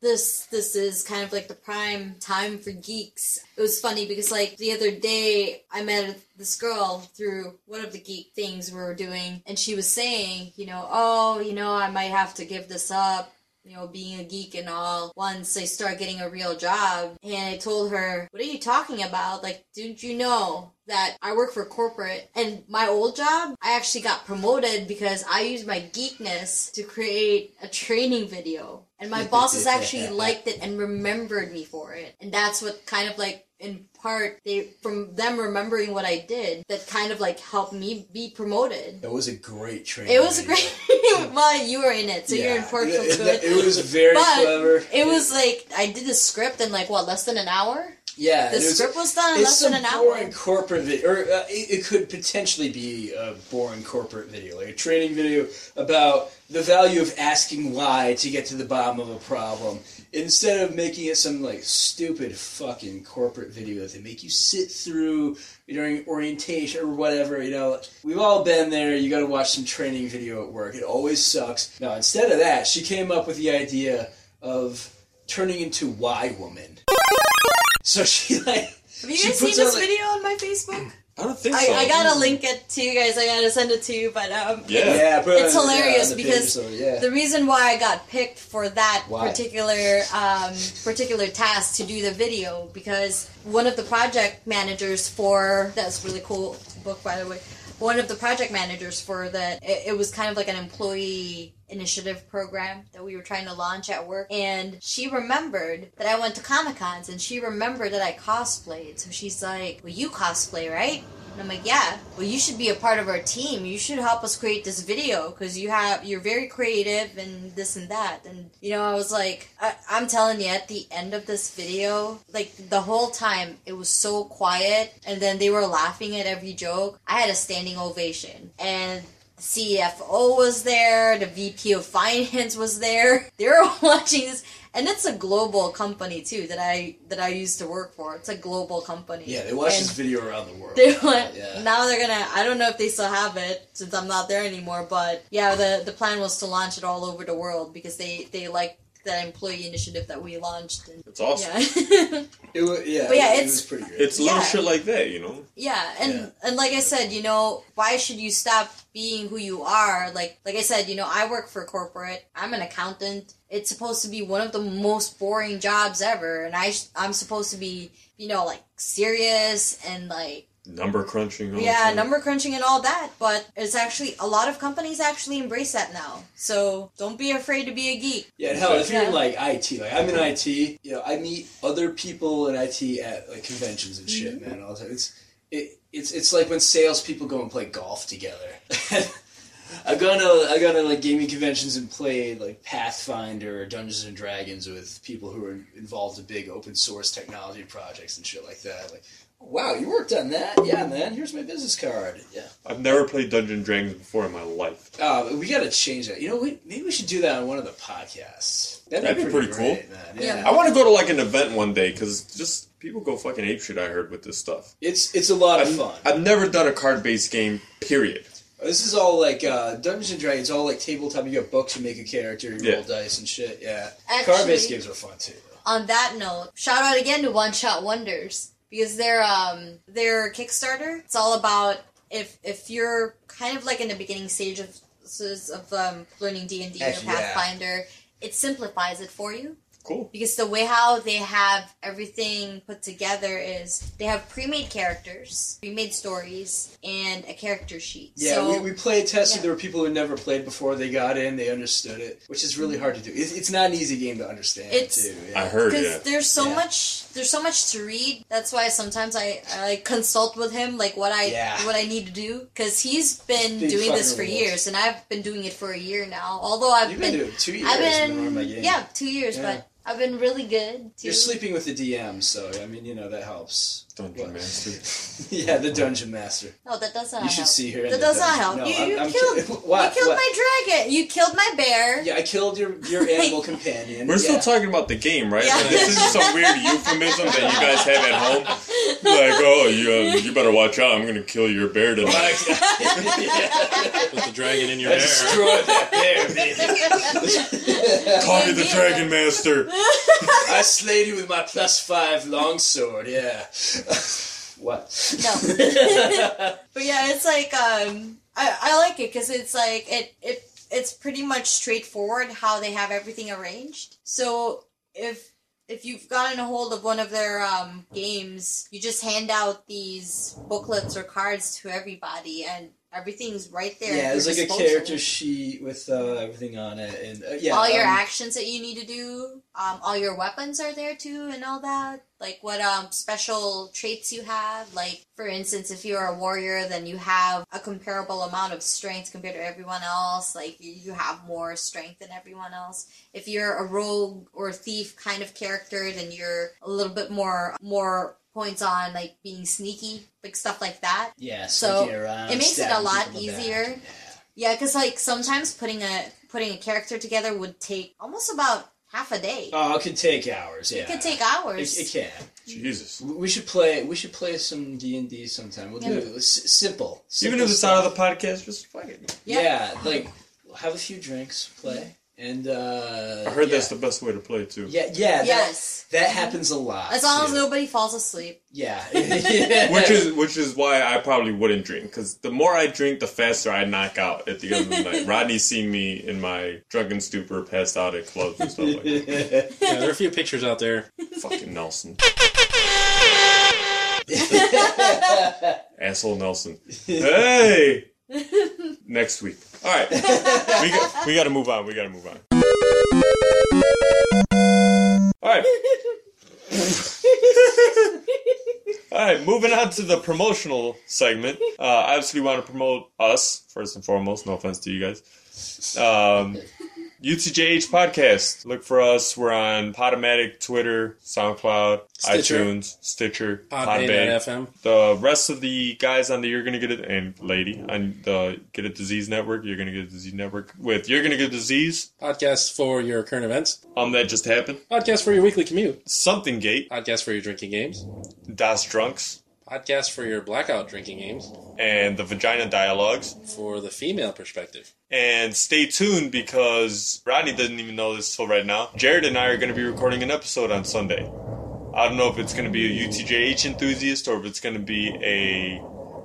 this. This is kind of like the prime time for geeks. It was funny because like the other day I met this girl through one of the geek things we were doing, and she was saying, you know, oh, you know, I might have to give this up. You know, being a geek and all, once I start getting a real job. And I told her, What are you talking about? Like, didn't you know that I work for corporate and my old job, I actually got promoted because I used my geekness to create a training video. And my bosses actually liked it and remembered me for it. And that's what kind of like in part they from them remembering what I did that kind of like helped me be promoted.
It was a great training.
It was a
video.
great (laughs) well, you were in it, (laughs) so you're in part
It,
to
it-
it.
it was very
(laughs) But
clever.
it was like I did the script in like what less than an hour.
Yeah,
The
and it was-
script was done in
It's
less
some
than an hour.
boring corporate video, or uh, it, it could potentially be a boring corporate video, like a training video about the value of asking why to get to the bottom of a problem, instead of making it some like stupid fucking corporate video that they make you sit through during orientation or whatever. You know, we've all been there. You got to watch some training video at work. It always sucks. Now, instead of that, she came up with the idea of turning into why woman. So (laughs) she like
Have you
She
guys seen
puts
this
out, like-
video on my Facebook?
i don't think
I,
so
I gotta link it to you guys. I gotta send it to you, but um,
yeah,
Yeah, but
It's hilarious because
yeah.
the reason why I got picked for that
Why?
particular um, particular task to do the video because one of the project managers for that's a really cool book by the way. One of the project managers for that it, it was kind of like an employee initiative program that we were trying to launch at work and she remembered that I went to comic cons and she remembered that I cosplayed so she's like well you cosplay right and I'm like, yeah. Well, you should be a part of our team. You should help us create this video because you have you're very creative and this and that. And you know, I was like, I, I'm telling you, at the end of this video, like the whole time it was so quiet, and then they were laughing at every joke. I had a standing ovation, and CFO was there, the VP of (laughs) finance was there. They were (laughs) watching this, and it's a global company too that I that I used to work for. It's a global company.
Yeah, they watched this
And
video around the world.
(laughs) They went,
Yeah.
Now they're gonna. I don't know if they still have it since I'm not there anymore. But yeah, the the plan was to launch it all over the world because they they like that employee initiative that we launched. And,
It's awesome.
yeah. (laughs)
It wa- yeah,
But yeah,
it, it
it's-
was pretty great.
It's little
Yeah.
shit like that, you know.
Yeah, and
Yeah.
and like I said, you know, why should you stop being who you are? Like like I said, you know, I work for corporate. I'm an accountant. It's supposed to be one of the most boring jobs ever, and I sh- I'm supposed to be, you know, like serious and like
Number crunching. all the
yeah,
time.
number crunching and all that, but it's actually a lot of companies actually embrace that now. So, don't be afraid to be a geek.
Yeah, and hell, if you're
Yeah.
in like IT, like I'm in IT, you know, I meet other people in IT at like conventions and shit,
Mm-hmm.
man. All the time. It's it, it's it's like when salespeople go and play golf together. (laughs) I've gone to I've gone to like gaming conventions and played like Pathfinder or Dungeons and Dragons with people who are involved in big open source technology projects and shit like that. Like, wow, you worked on that? Yeah, man. Here's my business card. Yeah.
I've never played Dungeon Dragons before in my life.
Uh, we got to change that. You know, we, maybe we should do that on one of the podcasts. That'd,
That'd be pretty cool.
great, man.
Yeah.
yeah.
I want to go to like an event one day because just people go fucking apeshit. I heard with this stuff.
It's it's a lot of
I've-
fun.
I've never done a card based game. Period.
this is all like uh, Dungeons and Dragons, all like tabletop. You got books, you make a character, you
Yeah.
roll dice and shit. Yeah,
Actually-
card based games are fun too. though.
on that note, shout out again to One Shot Wonders because their um their Kickstarter it's all about if if you're kind of like in the beginning stage of of um, learning D and D or
Actually, yeah.
Pathfinder, it simplifies it for you
Cool.
because the way how they have everything put together is they have pre-made characters, pre-made stories, and a character sheet.
Yeah,
so,
we, we play tested.
yeah.
There were people who never played before. They got in, they understood it, which is really hard to do. It's, it's not an easy game to understand
It's-
too.
I
Yeah.
heard.
because
Yeah.
there's so
Yeah.
much there's so much to read that's why sometimes i i consult with him like what i
Yeah.
what i need to do because he's been
Big
doing this for
fucking rules.
years and i've been doing it for a year now although i've
You've been doing it two years.
i've
you've running my
been
game.
yeah two years
Yeah.
but i've been really good too
You're sleeping with the DM, so I mean, you know that helps.
Dungeon
What?
Master.
(laughs) yeah, the dungeon master.
no that doesn't
You should see her. in
that
the
does not
dungeon.
help
No,
you,
I'm-
you
I'm
killed
kidding. (laughs) What?
you killed
what?
my dragon you killed my bear
Yeah, I killed your
(laughs)
your animal companion.
We're still
Yeah.
talking about the game, right?
Yeah.
This is some weird euphemism that you guys have at home. Like, oh, you, you better watch out. I'm going to kill your bear tonight.
Put the dragon in your
I
hair.
destroyed that bear,
(laughs)
(laughs)
Call me the
Yeah.
Dragon Master.
(laughs) I slayed you with my plus five longsword. Yeah. (laughs) what? (laughs)
No. but yeah, it's like um, I, I like it because it's like it it it's pretty much straightforward how they have everything arranged. So if if you've gotten a hold of one of their um, games, you just hand out these booklets or cards to everybody, and everything's right there.
Yeah,
at
there's
your
like a
disposal.
character sheet with uh, everything on it, and uh, yeah,
all your
um,
actions that you need to do, um, all your weapons are there too, and all that. Like what um, special traits you have. Like for instance, if you're a warrior, then you have a comparable amount of strength compared to everyone else. Like you you have more strength than everyone else. If you're a rogue or thief kind of character, then you're a little bit more more points on like being sneaky, like stuff like that.
Yeah, uh,
So,
sneaking around,
it makes it
stabbing
a lot
people in the back.
easier. Yeah, because like sometimes putting a putting a character together would take almost about half a day.
Oh, it could take hours. Yeah,
It could take
It,
hours.
it can.
Jesus.
We should play. We should play some D and D sometime. We'll do
Yeah.
it. S- simple, simple.
Even if it's
stuff.
out of the podcast, just fuck it.
Yeah.
Yeah, like have a few drinks, play, and uh,
I heard
yeah.
that's the best way to play, too.
yeah, yeah, that-
yes.
that, happens a lot.
As long as
too.
nobody falls asleep.
yeah,
(laughs)
yeah. (laughs)
Which is which is why I probably wouldn't drink because the more I drink, the faster I knock out at the end of the night. Rodney's seen me in my drunken stupor, passed out at clubs and stuff like that.
Yeah, there are a few pictures out there.
Fucking Nelson. Asshole Nelson. Hey! Next week. All right. We got, we got to move on. We got to move on. All right. All right, moving on to the promotional segment. Uh, obviously, want to promote us first and foremost. No offense to you guys. Um, UTJH podcast. Look for us. We're on Podomatic, Twitter, SoundCloud,
Stitcher.
iTunes, Stitcher,
Podbay.fm.
The rest of the guys on the You're Gonna Get It and Lady on the Get a Disease Network, You're Gonna Get a Disease Network with You're Gonna Get a Disease.
Podcast for your current events.
Um, that just happened.
Podcast for your weekly commute.
Something Gate,
Podcast for your drinking games.
Das Drunks,
Podcast for your blackout drinking games.
and the Vagina Dialogues.
For the female perspective.
And stay tuned because Rodney doesn't even know this till right now. Jared and I are going to be recording an episode on Sunday. I don't know if it's going to be a UTJH enthusiast or if it's going to be a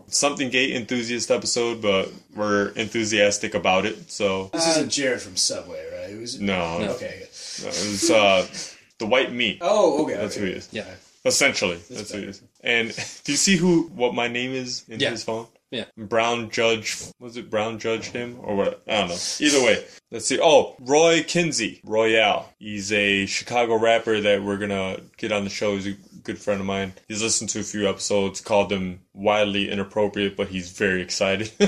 something gate enthusiast episode, but we're enthusiastic about it. So,
This isn't Jared from Subway, right? Who's it?
no.
Okay.
It's uh, the white meat.
Oh, okay.
That's who
okay.
he is.
Yeah.
Essentially, that's who he is. And (laughs) do you see who what my name is in
Yeah.
his phone?
Yeah.
Brown Judge was it Brown Judge him or what? I don't know. Either way, let's see. Oh, Roy Kinsey, Royale. He's a Chicago rapper that we're gonna get on the show. He's a good friend of mine. He's listened to a few episodes. Called them wildly inappropriate, but he's very excited. (laughs)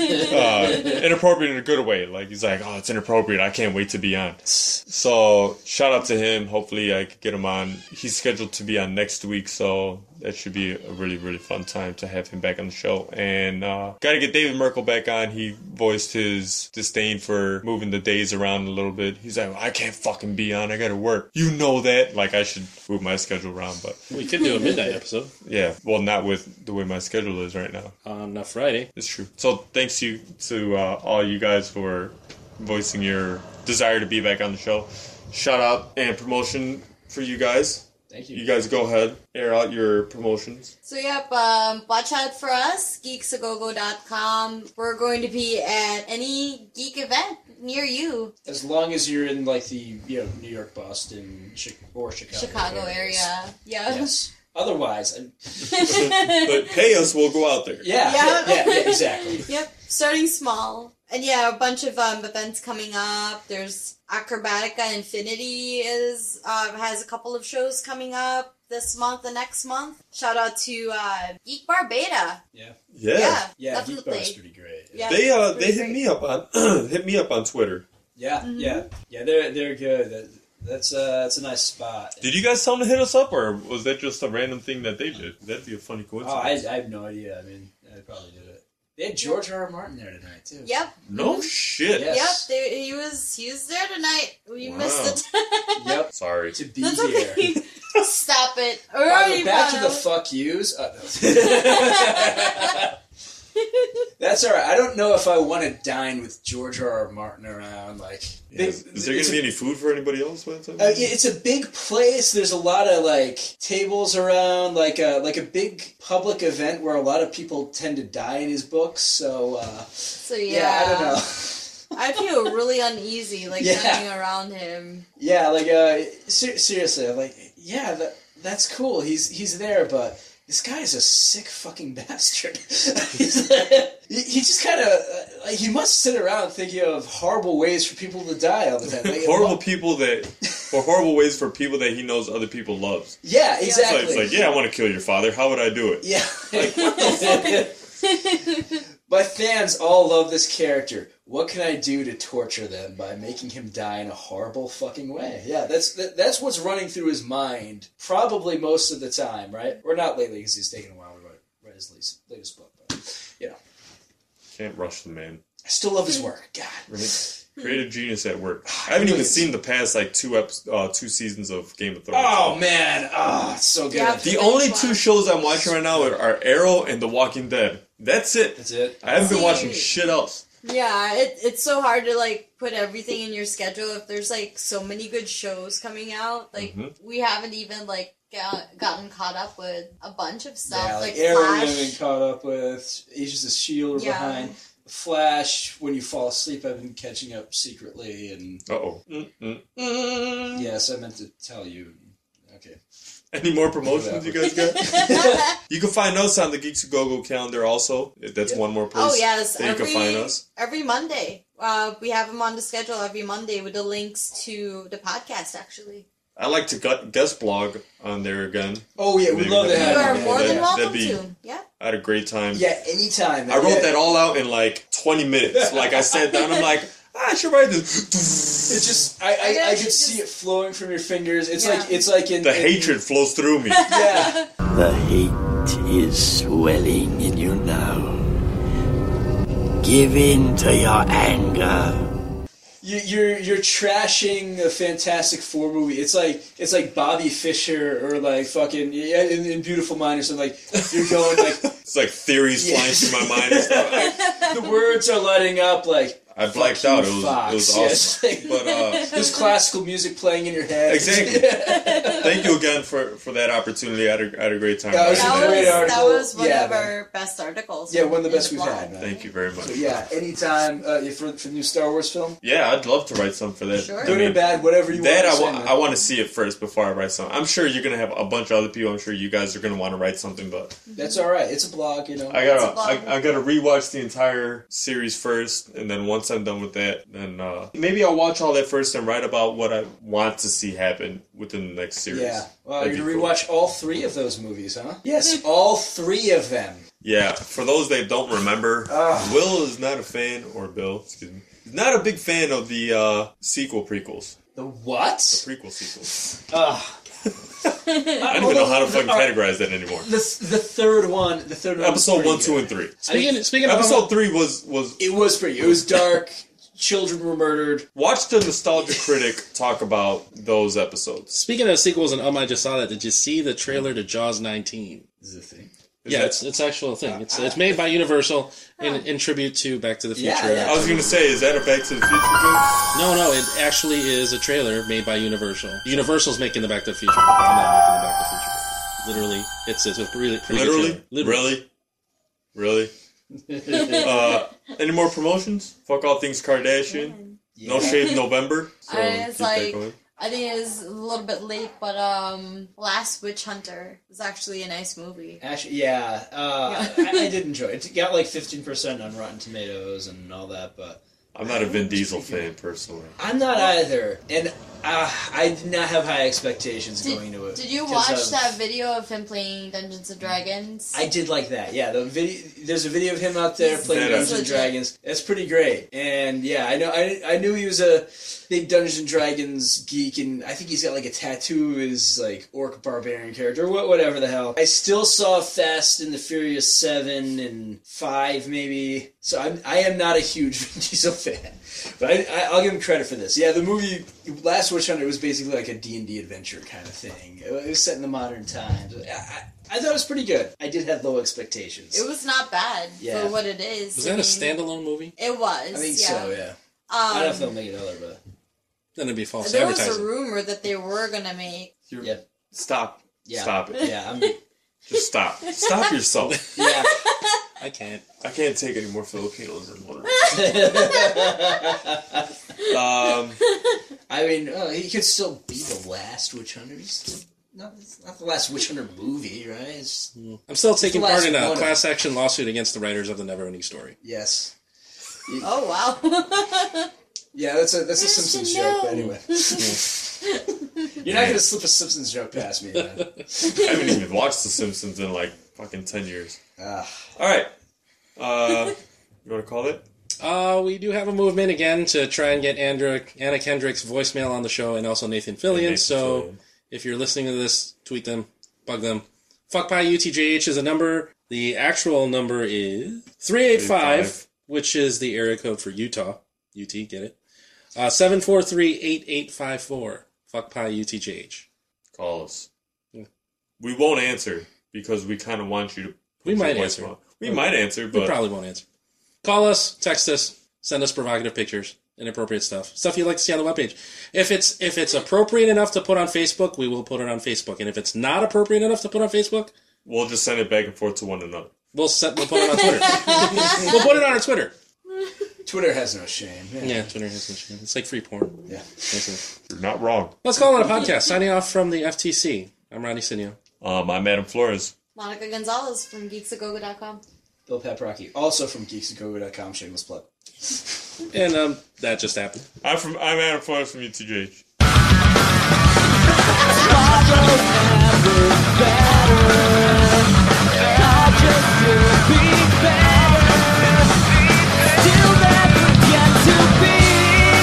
uh, inappropriate in a good way. Like he's like, oh, it's inappropriate. I can't wait to be on. So shout out to him. Hopefully I could get him on. He's scheduled to be on next week, so that should be a really really fun time to have him back on the show. And uh, gotta get David Merkel back on. He voiced his disdain for moving the days around a little bit. He's like, I can't fucking be on. I gotta work. You know that. Like I should move my schedule around, but
We could do a midnight episode
yeah, well not with the way my schedule is right now.
on a Friday.
It's true. So thanks you to uh, all you guys for voicing your desire to be back on the show. Shout out and promotion for you guys.
Thank you.
You guys go ahead, air out
(laughs)
your promotions.
So, yep, um, watch out for us, geeksagogo.com. We're going to be at any geek event near you,
As long as you're in like the you know New York, Boston, Chi- or Chicago,
Chicago
areas.
area. Yeah. (laughs)
Yes. Otherwise, I-
But pay us, we'll go out there.
yeah, yeah,
Yeah.
yeah, yeah,
(laughs)
exactly.
Yep, starting small. And yeah, a bunch of um, events coming up. There's Acrobatica Infinity is um, has a couple of shows coming up this month and next month. Shout out to uh, Geek Bar Beta.
Yeah.
Yeah,
Yeah, Geek
definitely.
Bar's pretty great.
Yeah.
They uh they hit me up on (clears throat) hit me up on Twitter.
yeah, yeah,
Mm-hmm.
yeah. They're they're good. That, that's uh that's a nice spot.
Did you guys tell them to hit us up or was that just a random thing that they did? That'd be a funny
Oh, I,
coincidence.
I have no idea. I mean, I probably did it. They had George R. R. Martin there tonight too.
Yep,
no shit.
Yeah. Yes.
yep. There, he was he was there tonight. We
Wow.
missed it.
Yep.
Sorry.
To be
(laughs) That's
here.
okay. Stop it.
By the
Alright,
way, back to
Bono.
the fuck yous. Uh, no. (laughs) That's all right. I don't know if I want to dine with George R. R. Martin around. Like, they-
Is, is there
it's
gonna be
a-
any food for anybody else by the time?
Uh, yeah, it's a big place. There's a lot of like tables around, like a like a big public event where a lot of people tend to die in his books. So uh,
so
yeah.
yeah,
I don't know.
(laughs) I feel really uneasy like
Yeah.
standing around him.
yeah, like uh, ser- seriously, I'm like yeah, that, that's cool. He's he's there, but this guy is a sick fucking (laughs) bastard. He's (laughs) like- he, he just kind of uh, like he must sit around thinking of horrible ways for people to die all the time. Like,
(laughs) horrible people that or horrible ways for people that he knows other people loves.
Yeah,
So
exactly.
it's like, yeah, I want to kill your father. How would I do it?
Yeah. My fans all love this character. What can I do to torture them by making him die in a horrible fucking way? Yeah, that's that, that's what's running through his mind probably most of the time, right? Or not lately because he's taking a while to write, write his latest, latest book. But, you know,
Can't rush the man.
I still love his work. God. Ah,
Right?
Hmm.
Creative genius at work. I haven't even seen the past like two eps- uh, two seasons of Game of Thrones.
Oh man, oh, it's so good.
Yeah.
The only two shows I'm watching right now are Arrow and The Walking Dead. That's it.
That's it.
I haven't been
See.
watching shit else.
Yeah, it, it's so hard to like put everything in your schedule if there's like so many good shows coming out. Like
Mm-hmm.
we haven't even like got, gotten caught up with a bunch of stuff.
Yeah,
like
like,
Flash.
Arrow and caught up with Agents of Shield were
Yeah.
behind. Flash, when you fall asleep, I've been catching up secretly, and
Uh oh. Mm-mm.
(laughs)
yes, I meant to tell you. Okay,
Any more promotions
(laughs)
you guys got? you can find us on the Geeks of Go-Go calendar also. That's
Yeah.
one more place
oh yes,
that you
every
can find us.
every Monday. Uh, we have them on the schedule every Monday with the links to the podcast. Actually,
I like to gu- guest blog on there again.
Oh yeah, we'd
Maybe
love to
that'd
you
be
have
are
yeah,
you.
more
that-
than welcome
that'd be-
to. Yeah,
I had a great time.
Yeah, anytime.
I wrote
Yeah.
that all out in like 20 minutes. Like I sat down, I'm like, I should write this.
It's just I
I
I, I,
actually
could see
just-
it flowing from your fingers. It's
Yeah.
like it's like in
The
in-
hatred flows through me.
(laughs)
Yeah,
The hate is swelling in you now. Give in to your anger.
you, you're you're trashing a Fantastic Four movie. It's like it's like Bobby Fischer or like fucking yeah, in, in Beautiful Mind or something. Like you're going like
It's like theories flying
Yes.
through my mind. And stuff. I,
the words are lighting up. Like
I blacked
you,
out. It was, it was
Fox,
awesome.
yes.
But uh,
(laughs) there's classical music playing in your head.
Exactly. Thank you again for, for that opportunity. I had a, I had a great time.
That was
That
a great
was, that
article.
was one
Yeah,
of
man.
our best
(laughs)
articles.
Yeah, one of the
in
best we've
blog.
had. Man.
Thank you very much.
So yeah, anytime uh, for for the new Star Wars film,
Yeah, I'd love to write something for that.
Sure.
I
good or
mean,
bad, whatever you
That
want.
I,
to
wa-
say, man.
I want to see it first before I write something. I'm sure you're gonna have a bunch of other people. I'm sure you guys are gonna want to write something, but
That's all right. It's a blog, you know.
I
It's a
gotta
lot.
I, I gotta rewatch the entire series first, and then once I'm done with that, then uh, maybe I'll watch all that first and write about what I want to see happen within the next series.
Yeah. Well,
That'd
you're
be
gonna
cool.
rewatch all three of those movies, huh? Yes, all three of them.
Yeah, for those that don't remember,
Ugh.
Will is not a fan, or Bill, excuse me, is not a big fan of the uh, sequel prequels,
The what?
prequel sequels.
Ugh.
I don't even know how to fucking categorize that anymore.
The, the third one. The third one. was
Episode
pretty
one, two,
good.
and three.
Speaking, speaking of
Episode three was was
It was pretty. It was dark. (laughs) Children were murdered.
watch the nostalgia critic talk about those episodes.
speaking of sequels and um, I just saw that. Did you see the trailer to Jaws 19?
Is the (laughs) thing.
yeah,
that- Uh,
it's it's actual thing. It's it's made by Universal in, in tribute to Back to the Future.
Yeah, yeah.
I was gonna say, is that a Back to the Future joke?
No, no, it actually is a trailer made by Universal. Universal's making the Back to the Future. I'm not making the Back to the Future. Literally, it's it's a really pretty good
Literally,
trailer.
really, really. uh, any more promotions? Fuck all things Kardashian. No shave November. So
I
keep
was
that
like-
going.
I think it's a little bit late, but um, Last Witch Hunter is actually a nice movie.
Ash, yeah, uh,
Yeah.
I, I did enjoy it. It got like 15% on Rotten Tomatoes and all that, but
I'm not a Vin Diesel fan personally.
I'm not either. And uh, I did not have high expectations
Did,
going to it.
did you
'cause
watch
of-
that video of him playing Dungeons and Dragons?
I did like that. Yeah, the video. There's a video of him out there
He's-
playing
That
Dungeons
is-
and Dragons. That's pretty great. And yeah, I know. I, I knew he was a big Dungeons and Dragons geek, and I think he's got like a tattoo of his like orc barbarian character, wha- whatever the hell. I still saw Fast and the Furious Seven and Five maybe. So I'm I am not a huge (laughs) Vin Diesel fan, but I, I I'll give him credit for this. Yeah, the movie Last Witch Hunter was basically like a D and D adventure kind of thing. It was set in the modern times. I, I, I thought it was pretty good. I did have low expectations.
It was not bad
Yeah.
for what it is.
Was that
I
a
mean,
standalone movie?
It was.
I think
yeah. Um,
so. Yeah. I don't know if they'll make another, but
Then it'd be false
there was a
advertising.
rumor that they were gonna make.
yeah,
Stop.
Yeah.
Stop
(laughs)
it.
yeah, I'm,
Just stop.
(laughs)
Stop yourself.
yeah.
I can't.
I can't take any more Filipinos in water. um,
I mean, uh, he could still be the last Witch Hunter. He's still, not, it's not the last Witch Hunter movie, right? It's,
I'm still taking
the last
part in a
one.
class action lawsuit against the writers of the Neverending Story.
yes.
Oh wow! (laughs)
Yeah, that's a that's a
Yes
Simpsons
and
joke.
no.
But anyway,
(laughs)
you're not gonna slip a Simpsons joke past me, man.
I haven't even watched The Simpsons in like fucking 10 years.
Ah.
All right. Uh, you want to call it?
Uh, we do have a movement again to try and get Andrew, Anna Kendrick's voicemail on the show and also Nathan Fillion.
Nathan
so
Fillion.
if you're listening to this, tweet them, bug them. Fuck pie UTJH is a number. The actual number is 385, which is the area code for Utah. UT, get it? Uh, 743-8854. Fuck pie UTJH.
Call us.
Yeah.
We won't answer because we kind of want you to.
We
put your
might
voicemail.
answer.
We might answer,
We
but
probably won't answer. Call us, text us, send us provocative pictures, inappropriate stuff, stuff you'd like to see on the webpage. If it's if it's appropriate enough to put on Facebook, we will put it on Facebook. And if it's not appropriate enough to put on Facebook,
we'll just send it back and forth to one another.
we'll set, we'll put it on Twitter. we'll put it on our Twitter.
Twitter has no shame. Yeah.
Yeah, Twitter has no shame. It's like free porn.
Yeah.
Basically.
You're not wrong.
Let's call it a podcast. Signing off from the FTC. I'm Ronnie Sinio.
Um, I'm Adam Flores.
Monica Gonzalez from GeeksAgogo.com.
Bill Paprocki, also from geeksandgogo.com, shameless plug.
And um, that just happened.
I'm from. I'm Adam Flores from UTJH.
Still never get to be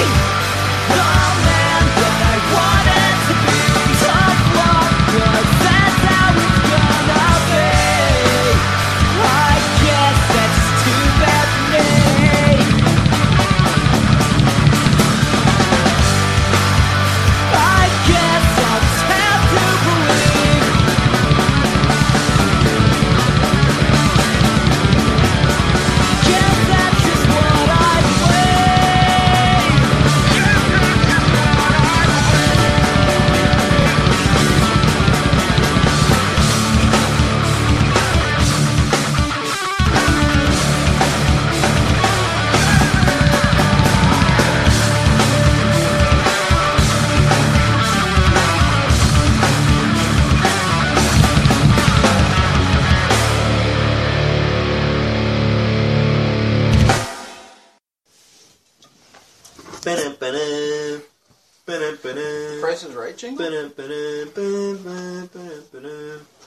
Ba-dum-ba-dum. Ba-dum-ba-dum.
Price is right jingle?
Ba-dum-ba-dum, ba-dum-ba-dum, ba-dum-ba-dum.